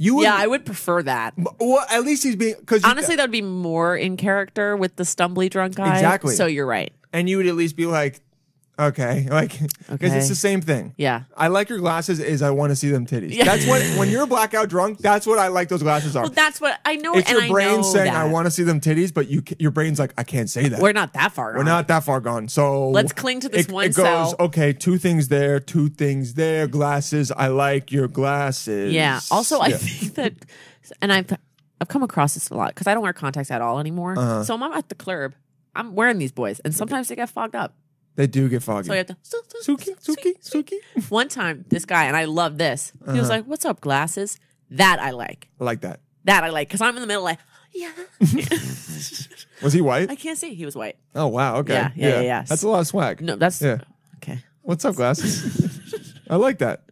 Speaker 4: You. Would,
Speaker 5: Yeah, I would prefer that.
Speaker 4: Well, at least he's being because
Speaker 5: Honestly, that'd be more in character with the stumbly drunk guy.
Speaker 4: Exactly.
Speaker 5: So you're right.
Speaker 4: and you would at least be like, okay, like because
Speaker 5: Okay.
Speaker 4: it's the same thing.
Speaker 5: Yeah.
Speaker 4: I like your glasses. Is I want to see them titties.
Speaker 5: Yeah.
Speaker 4: That's what when you're blackout drunk. That's what I like those glasses are.
Speaker 5: Well, that's what I know.
Speaker 4: it's
Speaker 5: and
Speaker 4: your
Speaker 5: I
Speaker 4: brain
Speaker 5: know
Speaker 4: saying
Speaker 5: that.
Speaker 4: I want to see them titties, but you ca- your brain's like I can't say that.
Speaker 5: We're not that far.
Speaker 4: We're not that far gone. So
Speaker 5: Let's cling to this
Speaker 4: it,
Speaker 5: one
Speaker 4: It goes
Speaker 5: cell.
Speaker 4: okay. Two things there. Two things there. Glasses. I like your glasses.
Speaker 5: Yeah. Also, I
Speaker 4: Yeah.
Speaker 5: think that, and I've I've come across this a lot because I don't wear contacts at all anymore.
Speaker 4: Uh-huh.
Speaker 5: So I'm at the club. I'm wearing these boys, and sometimes they get fogged up.
Speaker 4: they do get foggy.
Speaker 5: So I have to
Speaker 4: Suki, Suki, Suki.
Speaker 5: One time, this guy and I love this. He
Speaker 4: Uh-huh.
Speaker 5: was like, "What's up, glasses?" That I like.
Speaker 4: I like that.
Speaker 5: That I like because I'm in the middle. Like, yeah,
Speaker 4: Was he white?
Speaker 5: I can't see. He was white.
Speaker 4: oh wow. Okay.
Speaker 5: Yeah, yeah, yeah, yeah.
Speaker 4: That's a lot of swag.
Speaker 5: No, that's
Speaker 4: Yeah.
Speaker 5: okay.
Speaker 4: What's up, glasses? I like that.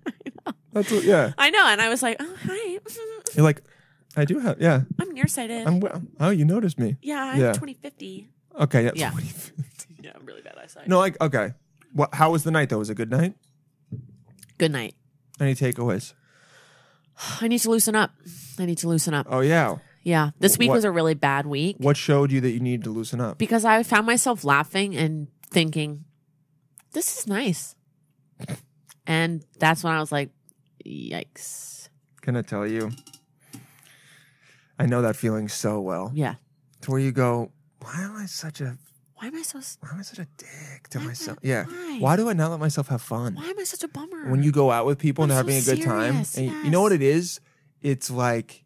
Speaker 4: That's what, yeah.
Speaker 5: I know, and I was like, "Oh, hi,
Speaker 4: You're like, I do have. Yeah.
Speaker 5: I'm nearsighted."
Speaker 4: I'm. well- Oh, you noticed me.
Speaker 5: yeah, I'm
Speaker 4: yeah.
Speaker 5: 2050.
Speaker 4: Okay. Yeah.
Speaker 5: Yeah. Yeah, I'm really bad eyesight.
Speaker 4: No. Like. Okay. What? How was the night though? Was it a good night?
Speaker 5: Good night.
Speaker 4: Any takeaways?
Speaker 5: I need to loosen up. I need to loosen up.
Speaker 4: Oh yeah.
Speaker 5: Yeah, this week
Speaker 4: What-
Speaker 5: was a really bad week
Speaker 4: What showed you that you needed to loosen up?
Speaker 5: because I found myself laughing and thinking, this is nice. And that's when I was like, yikes.
Speaker 4: Can I tell you? I know that feeling so well.
Speaker 5: Yeah.
Speaker 4: To where you go, why am I such a
Speaker 5: Why am I so, s-
Speaker 4: why am I such a dick to
Speaker 5: Why am I-
Speaker 4: myself? Yeah.
Speaker 5: why?
Speaker 4: Why do I not let myself have fun?
Speaker 5: why am I such a bummer?
Speaker 4: when you go out with people and
Speaker 5: I'm so
Speaker 4: having a good time.
Speaker 5: serious,
Speaker 4: And You know what
Speaker 5: yes.
Speaker 4: it is? It's like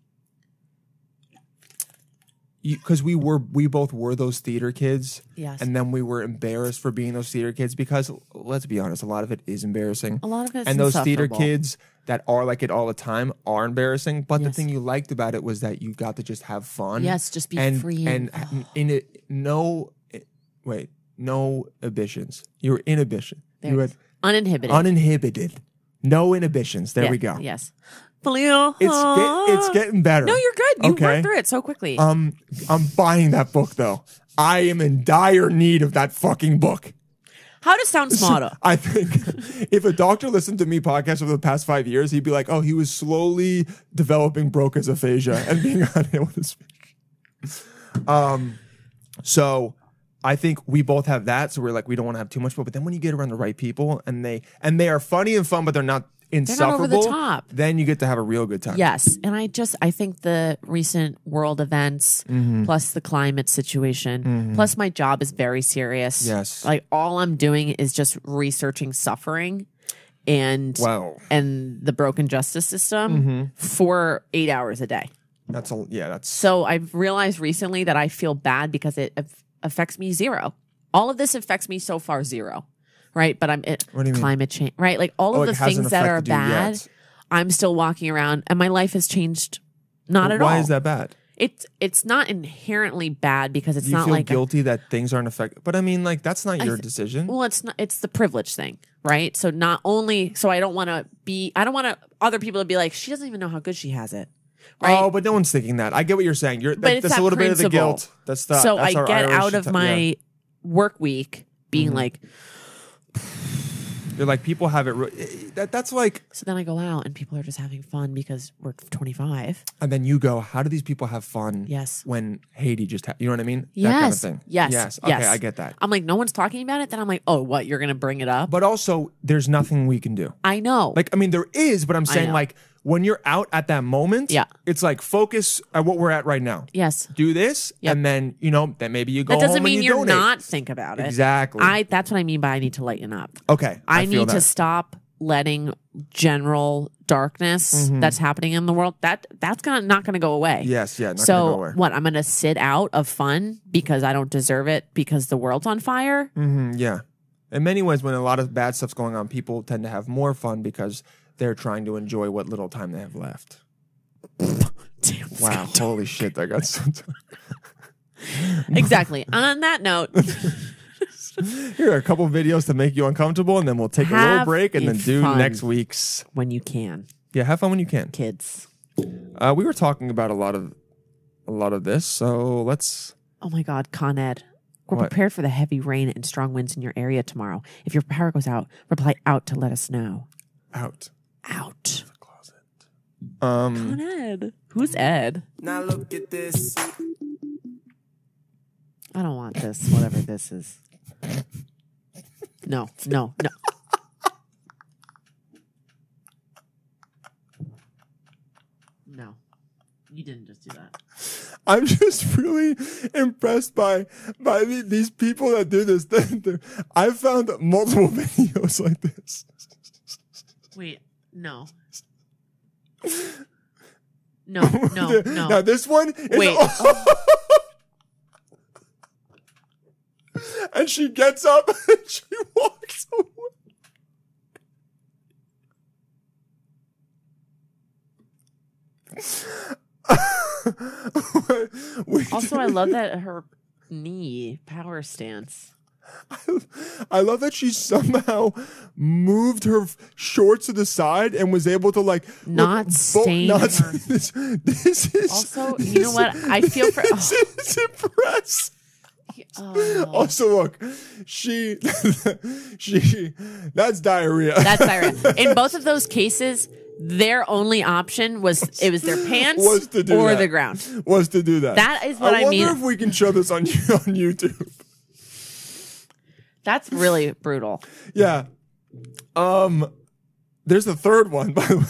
Speaker 4: because we were we both were those theater kids,
Speaker 5: Yes.
Speaker 4: and then we were embarrassed for being those theater kids because let's be honest, a lot of it is embarrassing.
Speaker 5: a lot of it's
Speaker 4: and those theater
Speaker 5: insufferable.
Speaker 4: kids that are like it all the time are embarrassing. But the
Speaker 5: Yes.
Speaker 4: thing you liked about it was that you got to just have fun.
Speaker 5: Yes, just be
Speaker 4: and,
Speaker 5: free
Speaker 4: and
Speaker 5: and-
Speaker 4: in it, no, wait, no inhibitions. You were inhibition.
Speaker 5: There
Speaker 4: you
Speaker 5: it
Speaker 4: were
Speaker 5: is. uninhibited.
Speaker 4: uninhibited, no inhibitions. There
Speaker 5: Yeah,
Speaker 4: we go.
Speaker 5: Yes.
Speaker 4: It's get, it's getting better.
Speaker 5: No, you're good. You
Speaker 4: okay.
Speaker 5: worked through it so quickly.
Speaker 4: Um, I'm buying that book though. I am in dire need of that fucking book.
Speaker 5: How to sound smarter.
Speaker 4: I think if a doctor listened to me podcast over the past five years, he'd be like, "Oh, he was slowly developing Broca's aphasia and being unable to speak." Um, so I think we both have that. So we're like, we don't want to have too much, but but then when you get around the right people and they and they are funny and fun, but they're not
Speaker 5: not
Speaker 4: insufferable,
Speaker 5: over the top.
Speaker 4: then you get to have a real good time.
Speaker 5: Yes, and I just I think the recent world events
Speaker 4: Mm-hmm.
Speaker 5: plus the climate situation plus my job is very serious.
Speaker 4: Yes.
Speaker 5: Like all I'm doing is just researching suffering and
Speaker 4: Wow. Mm-hmm.
Speaker 5: and the broken justice system for 8 hours a day.
Speaker 4: That's a yeah. That's
Speaker 5: So I've realized recently that I feel bad because it aff- affects me zero. All of this affects me so far zero. right? But I'm it,
Speaker 4: What do you mean?
Speaker 5: climate change, right? Like all
Speaker 4: Oh,
Speaker 5: of
Speaker 4: it
Speaker 5: the
Speaker 4: hasn't
Speaker 5: things that are
Speaker 4: affected you
Speaker 5: bad,
Speaker 4: yet.
Speaker 5: I'm still walking around, and my life has changed. Not at all.
Speaker 4: Why is that bad?
Speaker 5: It's it's not inherently bad because it's
Speaker 4: you
Speaker 5: not
Speaker 4: feel
Speaker 5: like a-
Speaker 4: guilty that things aren't affected. But I mean, like that's not your
Speaker 5: th-
Speaker 4: decision.
Speaker 5: well, it's not. It's the privilege thing, right? So not only so I don't want to be. I don't want to other people to be like she doesn't even know how good she has it, right?
Speaker 4: Oh, but no one's thinking that. I get what you're saying. You're that,
Speaker 5: it's
Speaker 4: that's
Speaker 5: that
Speaker 4: a little bit of the
Speaker 5: principle.
Speaker 4: guilt. That's the
Speaker 5: so I
Speaker 4: that's our
Speaker 5: get
Speaker 4: Irish
Speaker 5: out
Speaker 4: Ita-
Speaker 5: of my
Speaker 4: yeah. Mm-hmm.
Speaker 5: work week being like,
Speaker 4: You're like people have it. Re- eh, that that's like,
Speaker 5: so then I go out and people are just having fun because we're 25.
Speaker 4: and then you go. How do these people have fun?
Speaker 5: Yes.
Speaker 4: When Haiti just, ha- you know what I mean? That kind of
Speaker 5: Yes.
Speaker 4: thing.
Speaker 5: Yes.
Speaker 4: Yes.
Speaker 5: Yes.
Speaker 4: Okay, I get that.
Speaker 5: I'm like, no one's talking about it. Then I'm like, oh, what? You're going to bring it up?
Speaker 4: But also, there's nothing we can do.
Speaker 5: I know.
Speaker 4: Like, I mean, there is, but I'm saying
Speaker 5: know.
Speaker 4: like when you're out at that moment,
Speaker 5: Yeah.
Speaker 4: it's like focus at what we're at right now.
Speaker 5: yes.
Speaker 4: Do this,
Speaker 5: Yep.
Speaker 4: and then you know, then maybe you go.
Speaker 5: That doesn't
Speaker 4: home
Speaker 5: mean
Speaker 4: and
Speaker 5: you
Speaker 4: you
Speaker 5: are
Speaker 4: donate.
Speaker 5: not think about it.
Speaker 4: Exactly.
Speaker 5: I, that's what I mean by I need to lighten up.
Speaker 4: Okay,
Speaker 5: I,
Speaker 4: feel
Speaker 5: need to
Speaker 4: that.
Speaker 5: stop letting general darkness that's happening in the world that that's gonna not gonna go away.
Speaker 4: Yes, Mm-hmm. yeah, not gonna
Speaker 5: so
Speaker 4: go away.
Speaker 5: what? I'm gonna sit out of fun because I don't deserve it because the world's on fire.
Speaker 4: Mhm, yeah. In many ways, when a lot of bad stuff's going on, people tend to have more fun because they're trying to enjoy what little time they have left.
Speaker 5: Damn, this
Speaker 4: Wow, holy shit, that got so
Speaker 5: exactly. On that note,
Speaker 4: Here are a couple videos to make you uncomfortable, and then we'll take a little
Speaker 5: Have
Speaker 4: break and
Speaker 5: a
Speaker 4: then do
Speaker 5: fun.
Speaker 4: next week's.
Speaker 5: when you can,
Speaker 4: Yeah, have fun when you can.
Speaker 5: kids.
Speaker 4: Uh, we were talking about a lot of a lot of this, so let's.
Speaker 5: Oh my God, Con Ed. We're
Speaker 4: What?
Speaker 5: prepared for the heavy rain and strong winds in your area tomorrow. If your power goes out, reply out to let us know.
Speaker 4: out.
Speaker 5: Out.
Speaker 4: Um,
Speaker 5: Con Ed. Who's Ed?
Speaker 6: Now look at this.
Speaker 5: I don't want this, whatever this is. No, no, no. No. You didn't just do that.
Speaker 4: I'm just really impressed by by the, these people that do this. I've found multiple videos like this.
Speaker 5: Wait, no. No, no, no.
Speaker 4: Now this one is
Speaker 5: Wait.
Speaker 4: and she gets up and she walks away. We
Speaker 5: Also, I love that her knee power stance.
Speaker 4: I love that she somehow moved her f- shorts to the side and was able to like look,
Speaker 5: Not stain her.
Speaker 4: this, this is
Speaker 5: Also,
Speaker 4: this,
Speaker 5: you know what? I feel for-
Speaker 4: This is impressive.
Speaker 5: Oh,
Speaker 4: Also, look, she she that's diarrhea.
Speaker 5: that's diarrhea. In both of those cases, their only option was it was their pants
Speaker 4: was to do
Speaker 5: or
Speaker 4: that.
Speaker 5: the ground.
Speaker 4: was to do that.
Speaker 5: That is what I
Speaker 4: wonder
Speaker 5: mean.
Speaker 4: if we can show this on on YouTube.
Speaker 5: That's really brutal.
Speaker 4: Yeah. Um. There's the third one, by the way.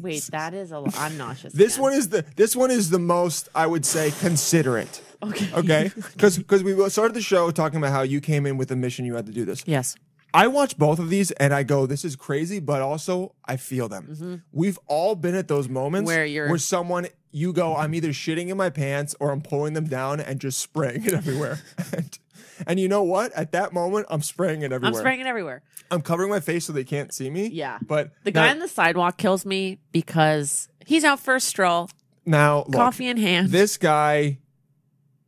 Speaker 5: Wait, that is a. lo- I'm nauseous.
Speaker 4: This
Speaker 5: again.
Speaker 4: one is the this one is the most I would say considerate.
Speaker 5: Okay.
Speaker 4: Okay, because because we started the show talking about how you came in with a mission, you had to do this.
Speaker 5: Yes.
Speaker 4: I watch both of these and I go, this is crazy, but also I feel them. We've all been at those moments
Speaker 5: Mm-hmm. Where you're-
Speaker 4: where someone you go, I'm either shitting in my pants or I'm pulling them down and just spraying it everywhere. and, and you know what? At that moment, I'm spraying it
Speaker 5: I'm
Speaker 4: everywhere.
Speaker 5: spraying it everywhere.
Speaker 4: I'm covering my face so they can't see me.
Speaker 5: Yeah.
Speaker 4: but
Speaker 5: The guy
Speaker 4: now-
Speaker 5: on the sidewalk kills me because he's out for a stroll,
Speaker 4: now look,
Speaker 5: coffee in hand.
Speaker 4: This guy.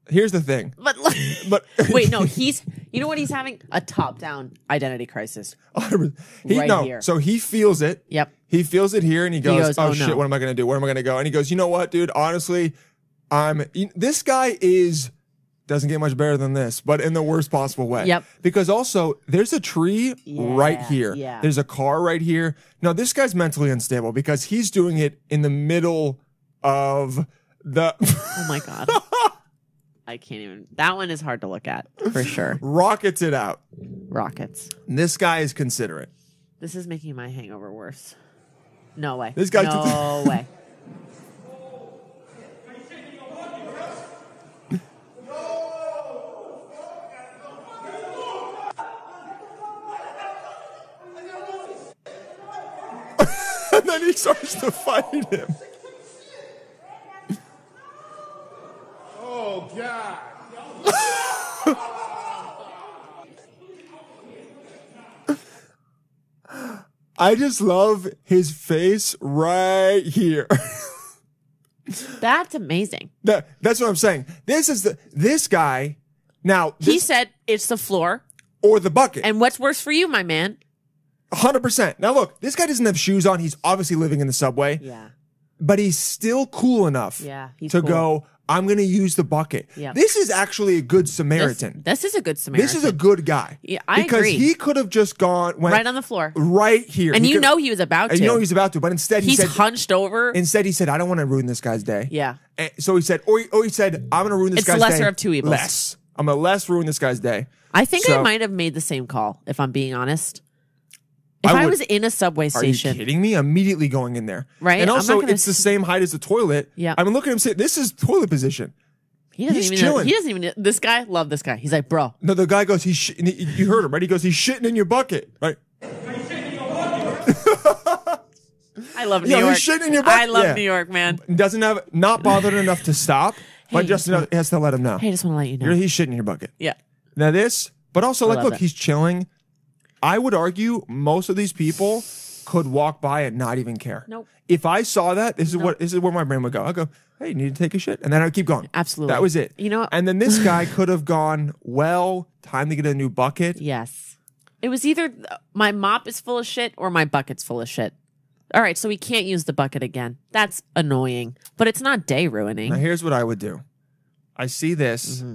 Speaker 4: Here's the thing,
Speaker 5: but look-
Speaker 4: but
Speaker 5: wait, no, he's. You know what? He's having a top-down identity crisis.
Speaker 4: he,
Speaker 5: Right
Speaker 4: no,
Speaker 5: here.
Speaker 4: so he feels it.
Speaker 5: Yep.
Speaker 4: He feels it here and he goes,
Speaker 5: goes,
Speaker 4: Oh,
Speaker 5: "Oh,
Speaker 4: shit,
Speaker 5: no."
Speaker 4: what am I going to do? Where am I going to go? And he goes, You know what, dude? Honestly, I'm you- this guy is doesn't get much better than this, but in the worst possible way.
Speaker 5: Yep.
Speaker 4: Because also, there's a tree right
Speaker 5: Yeah,
Speaker 4: here.
Speaker 5: yeah.
Speaker 4: There's a car right here. No, this guy's mentally unstable because he's doing it in the middle of the
Speaker 5: Oh my god. I can't even. That one is hard to look at for sure.
Speaker 4: rockets it out.
Speaker 5: Rockets.
Speaker 4: And this guy is considerate.
Speaker 5: This is making my hangover worse. No way.
Speaker 4: This guy-
Speaker 5: No way.
Speaker 4: and then he starts to fight him.
Speaker 3: Oh, God.
Speaker 4: I just love his face right here.
Speaker 5: That's amazing.
Speaker 4: That- that's what I'm saying. This is the this guy now
Speaker 5: He
Speaker 4: this,
Speaker 5: said it's the floor.
Speaker 4: or the bucket.
Speaker 5: And what's worse for you, my man?
Speaker 4: hundred percent. Now look, this guy doesn't have shoes on. He's obviously living in the subway,
Speaker 5: Yeah.
Speaker 4: but he's still cool enough
Speaker 5: Yeah, he's
Speaker 4: to
Speaker 5: cool.
Speaker 4: go, I'm gonna use the bucket.
Speaker 5: Yeah.
Speaker 4: This is actually a good
Speaker 5: This,
Speaker 4: Samaritan.
Speaker 5: this is a good Samaritan.
Speaker 4: This is a good guy.
Speaker 5: Yeah, I
Speaker 4: because
Speaker 5: agree.
Speaker 4: he could have just gone went
Speaker 5: right on the floor.
Speaker 4: right here.
Speaker 5: And
Speaker 4: He
Speaker 5: you
Speaker 4: could-
Speaker 5: know he was about to.
Speaker 4: and you know he's about to, but instead he
Speaker 5: He's
Speaker 4: said
Speaker 5: hunched over.
Speaker 4: instead he said, I don't want to ruin this guy's day.
Speaker 5: yeah.
Speaker 4: And so he said, or he, or he said, I'm gonna ruin this
Speaker 5: It's the
Speaker 4: guy's
Speaker 5: lesser
Speaker 4: day.
Speaker 5: of two evils.
Speaker 4: Less. I'm gonna less ruin this guy's day.
Speaker 5: I think I
Speaker 4: So-
Speaker 5: might have made the same call, if I'm being honest. If
Speaker 4: I
Speaker 5: I,
Speaker 4: would-
Speaker 5: was in a subway
Speaker 4: Are you
Speaker 5: station,
Speaker 4: kidding me? Immediately going in there.
Speaker 5: Right?
Speaker 4: And
Speaker 5: I'm
Speaker 4: also
Speaker 5: not gonna
Speaker 4: it's the
Speaker 5: s-
Speaker 4: same height as the toilet.
Speaker 5: Yeah.
Speaker 4: I mean look at him say this is toilet position.
Speaker 5: he doesn't
Speaker 4: he's
Speaker 5: even.
Speaker 4: chilling.
Speaker 5: He doesn't even. This guy, love this guy. He's like, bro,
Speaker 4: No, the guy goes, he's sh- and he- you heard him, right? He goes, he's shitting in your bucket. Right.
Speaker 5: I love New
Speaker 4: Yeah,
Speaker 5: York.
Speaker 4: he's shitting in your
Speaker 5: I
Speaker 4: butt.
Speaker 5: love
Speaker 4: Yeah.
Speaker 5: New York, man.
Speaker 4: Doesn't have not bothered enough to stop, but
Speaker 5: Hey,
Speaker 4: just enough, has to let him know.
Speaker 5: Hey, I just want to let you know.
Speaker 4: You're- he's shitting in your bucket.
Speaker 5: yeah,
Speaker 4: Now this, but also like,
Speaker 5: love
Speaker 4: look,
Speaker 5: it.
Speaker 4: he's chilling. I would argue most of these people could walk by and not even care.
Speaker 5: Nope.
Speaker 4: If I saw that, this is what this is where my brain would go. I go, hey, you need to take a shit, and then I would keep going.
Speaker 5: Absolutely.
Speaker 4: That was it.
Speaker 5: You know-
Speaker 4: And then this guy could have gone, well, time to get a new bucket.
Speaker 5: yes. It was either th- my mop is full of shit or my bucket's full of shit. All right, so we can't use the bucket again. That's annoying, but it's not day
Speaker 4: Now
Speaker 5: ruining.
Speaker 4: here's what I would do. I see this.
Speaker 5: Mm-hmm.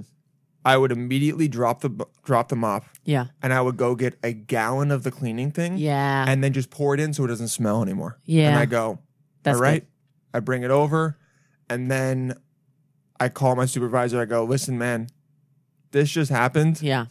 Speaker 4: I would immediately drop the bu- drop the mop,
Speaker 5: Yeah,
Speaker 4: and I would go get a gallon of the cleaning thing.
Speaker 5: yeah.
Speaker 4: and then just pour it in so it doesn't smell anymore. And
Speaker 5: Yeah.
Speaker 4: I go,
Speaker 5: That's
Speaker 4: all right. I bring it over and then I call my supervisor. I go, listen, man, this just happened.
Speaker 5: yeah,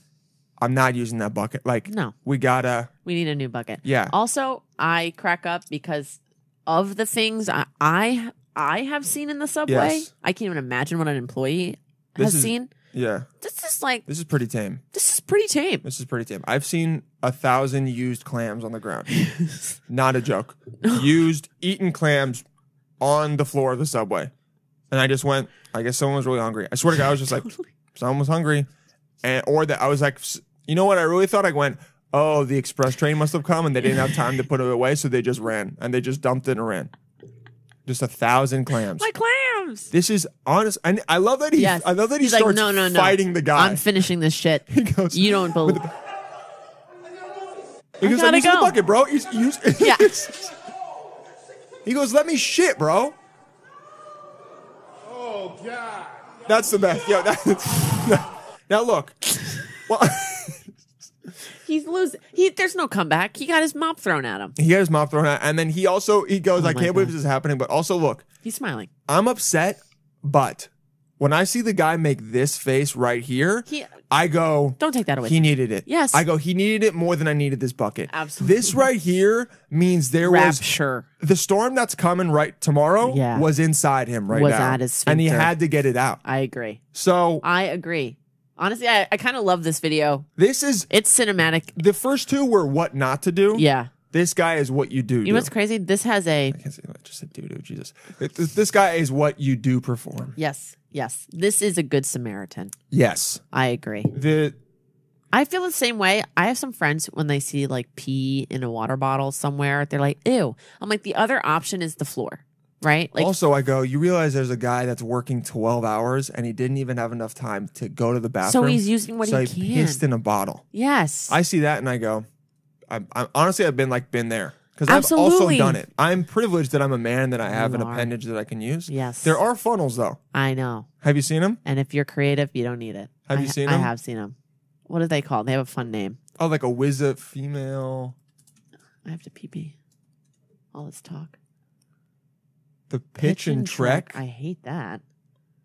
Speaker 4: I'm not using that bucket. Like,
Speaker 5: No. Oh.
Speaker 4: we gotta,
Speaker 5: we need a new bucket.
Speaker 4: yeah.
Speaker 5: Also, I crack up because of the things I I, I have seen in the subway.
Speaker 4: Yes.
Speaker 5: I can't even imagine what an employee
Speaker 4: This
Speaker 5: has
Speaker 4: is-
Speaker 5: seen.
Speaker 4: yeah.
Speaker 5: This is like
Speaker 4: This is pretty tame.
Speaker 5: this is pretty tame.
Speaker 4: This is pretty tame. I've seen a thousand used clams on the ground. not a joke. used, eaten clams on the floor of the subway. And I just went, I guess someone was really hungry. I swear to God, I was just like, someone was hungry. And, or that I was like, "S- you know what? I really thought I went, oh, the express train must have come and they didn't have time to put it away. So they just ran and they just dumped it and ran. Just a thousand clams.
Speaker 5: My clams.
Speaker 4: this is honest. And I love that he,
Speaker 5: Yes.
Speaker 4: I love that he
Speaker 5: He's like,
Speaker 4: starts
Speaker 5: no, no, no.
Speaker 4: fighting the guy.
Speaker 5: I'm finishing this shit.
Speaker 4: he goes,
Speaker 5: you
Speaker 4: with
Speaker 5: don't believe.
Speaker 4: the- He goes,
Speaker 5: gotta
Speaker 4: I'm using the
Speaker 5: go."
Speaker 4: bucket, bro. He's, he's,
Speaker 5: Yeah.
Speaker 4: he goes, let me shit, bro.
Speaker 3: Oh, God.
Speaker 4: That's the best. Yo, that, now look. Well,
Speaker 5: He's losing. He there's no comeback. He got his mop thrown at him.
Speaker 4: he got his mouth thrown out, and then he also he goes,
Speaker 5: Oh
Speaker 4: I
Speaker 5: my
Speaker 4: can't believe
Speaker 5: God.
Speaker 4: this is happening. But also look,
Speaker 5: He's smiling.
Speaker 4: I'm upset, but when I see the guy make this face right here,
Speaker 5: He-
Speaker 4: I go,
Speaker 5: Don't take that away.
Speaker 4: He needed it.
Speaker 5: Yes.
Speaker 4: I go, he needed it more than I needed this bucket.
Speaker 5: Absolutely.
Speaker 4: This right here means there was
Speaker 5: Rapture.
Speaker 4: the storm that's coming right tomorrow
Speaker 5: Yeah.
Speaker 4: was inside him right
Speaker 5: Was
Speaker 4: now.
Speaker 5: at his
Speaker 4: and he
Speaker 5: sphincter.
Speaker 4: had to get it out.
Speaker 5: I agree.
Speaker 4: So
Speaker 5: I agree. Honestly, I, I kind of love this video.
Speaker 4: this is
Speaker 5: It's cinematic.
Speaker 4: the first two were what not to do.
Speaker 5: Yeah.
Speaker 4: This guy is what you do.
Speaker 5: You know what's crazy? This has a
Speaker 4: I can't say that. Just said do do. Jesus. It- This, this guy is what you do perform.
Speaker 5: yes, yes. This is a good Samaritan.
Speaker 4: Yes.
Speaker 5: I agree.
Speaker 4: The
Speaker 5: I feel the same way. I have some friends when they see like pee in a water bottle somewhere, they're like, ew. I'm like, the other option is the floor, right? Like,
Speaker 4: also I go. You realize there's a guy that's working 12 hours and he didn't even have enough time to go to the bathroom.
Speaker 5: so he's using what
Speaker 4: so
Speaker 5: he,
Speaker 4: he
Speaker 5: can.
Speaker 4: pissed in a bottle.
Speaker 5: yes.
Speaker 4: I see that and I go, I'm, I'm honestly, I've been like been there because I've also
Speaker 5: Absolutely.
Speaker 4: done it. I'm privileged that I'm a man that I have an
Speaker 5: You are.
Speaker 4: appendage that I can use.
Speaker 5: Yes.
Speaker 4: there are funnels though.
Speaker 5: I know.
Speaker 4: Have you seen them?
Speaker 5: And if you're creative, you don't need it.
Speaker 4: Have
Speaker 5: I,
Speaker 4: you seen
Speaker 5: I
Speaker 4: them?
Speaker 5: have seen them. What are they called? They have a fun name.
Speaker 4: Oh, like a wizard female,
Speaker 5: I have to pee pee. All this talk.
Speaker 4: the pitch, and trek,
Speaker 5: I hate that.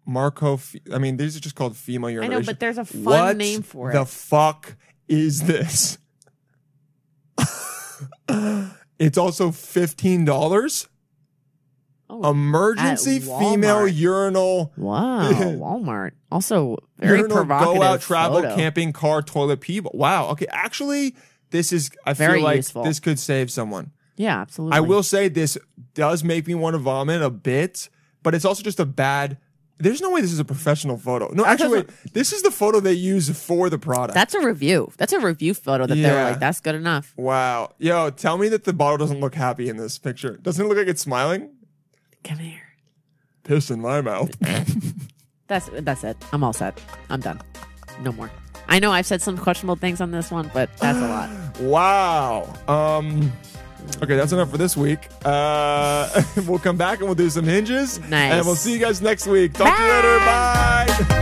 Speaker 4: Marco. F- I mean, these are just called female
Speaker 5: I
Speaker 4: urination.
Speaker 5: know, but there's a fun
Speaker 4: what
Speaker 5: name for it.
Speaker 4: The fuck is this? it's also fifteen dollars.
Speaker 5: oh,
Speaker 4: um, Emergency
Speaker 5: At
Speaker 4: female
Speaker 5: Walmart.
Speaker 4: urinal.
Speaker 5: wow. Walmart. Also, very
Speaker 4: urinal,
Speaker 5: provocative.
Speaker 4: Go out, travel,
Speaker 5: photo.
Speaker 4: camping, car, toilet, people. Wow. Okay. Actually, this is. I
Speaker 5: Very
Speaker 4: feel like
Speaker 5: useful. Mm-hmm.
Speaker 4: this could save someone.
Speaker 5: Yeah, absolutely.
Speaker 4: I will say this does make me want to vomit a bit, but it's also just a bad. There's no way this is a professional photo. No, actually, wait. This is the photo they use for the product.
Speaker 5: That's a review. That's a review photo that they were
Speaker 4: Yeah.
Speaker 5: like, that's good enough.
Speaker 4: wow. Yo, tell me that the bottle doesn't look happy in this picture. Doesn't it look like it's smiling?
Speaker 5: Come here.
Speaker 4: Piss in my mouth.
Speaker 5: That's that's it. I'm all set. I'm done. No more. I know I've said some questionable things on this one, but that's a lot.
Speaker 4: Wow. Um. Okay, that's enough for this week. Uh, we'll come back and we'll do some hinges.
Speaker 5: Nice.
Speaker 4: And we'll see you guys next week. Talk to you later. Bye.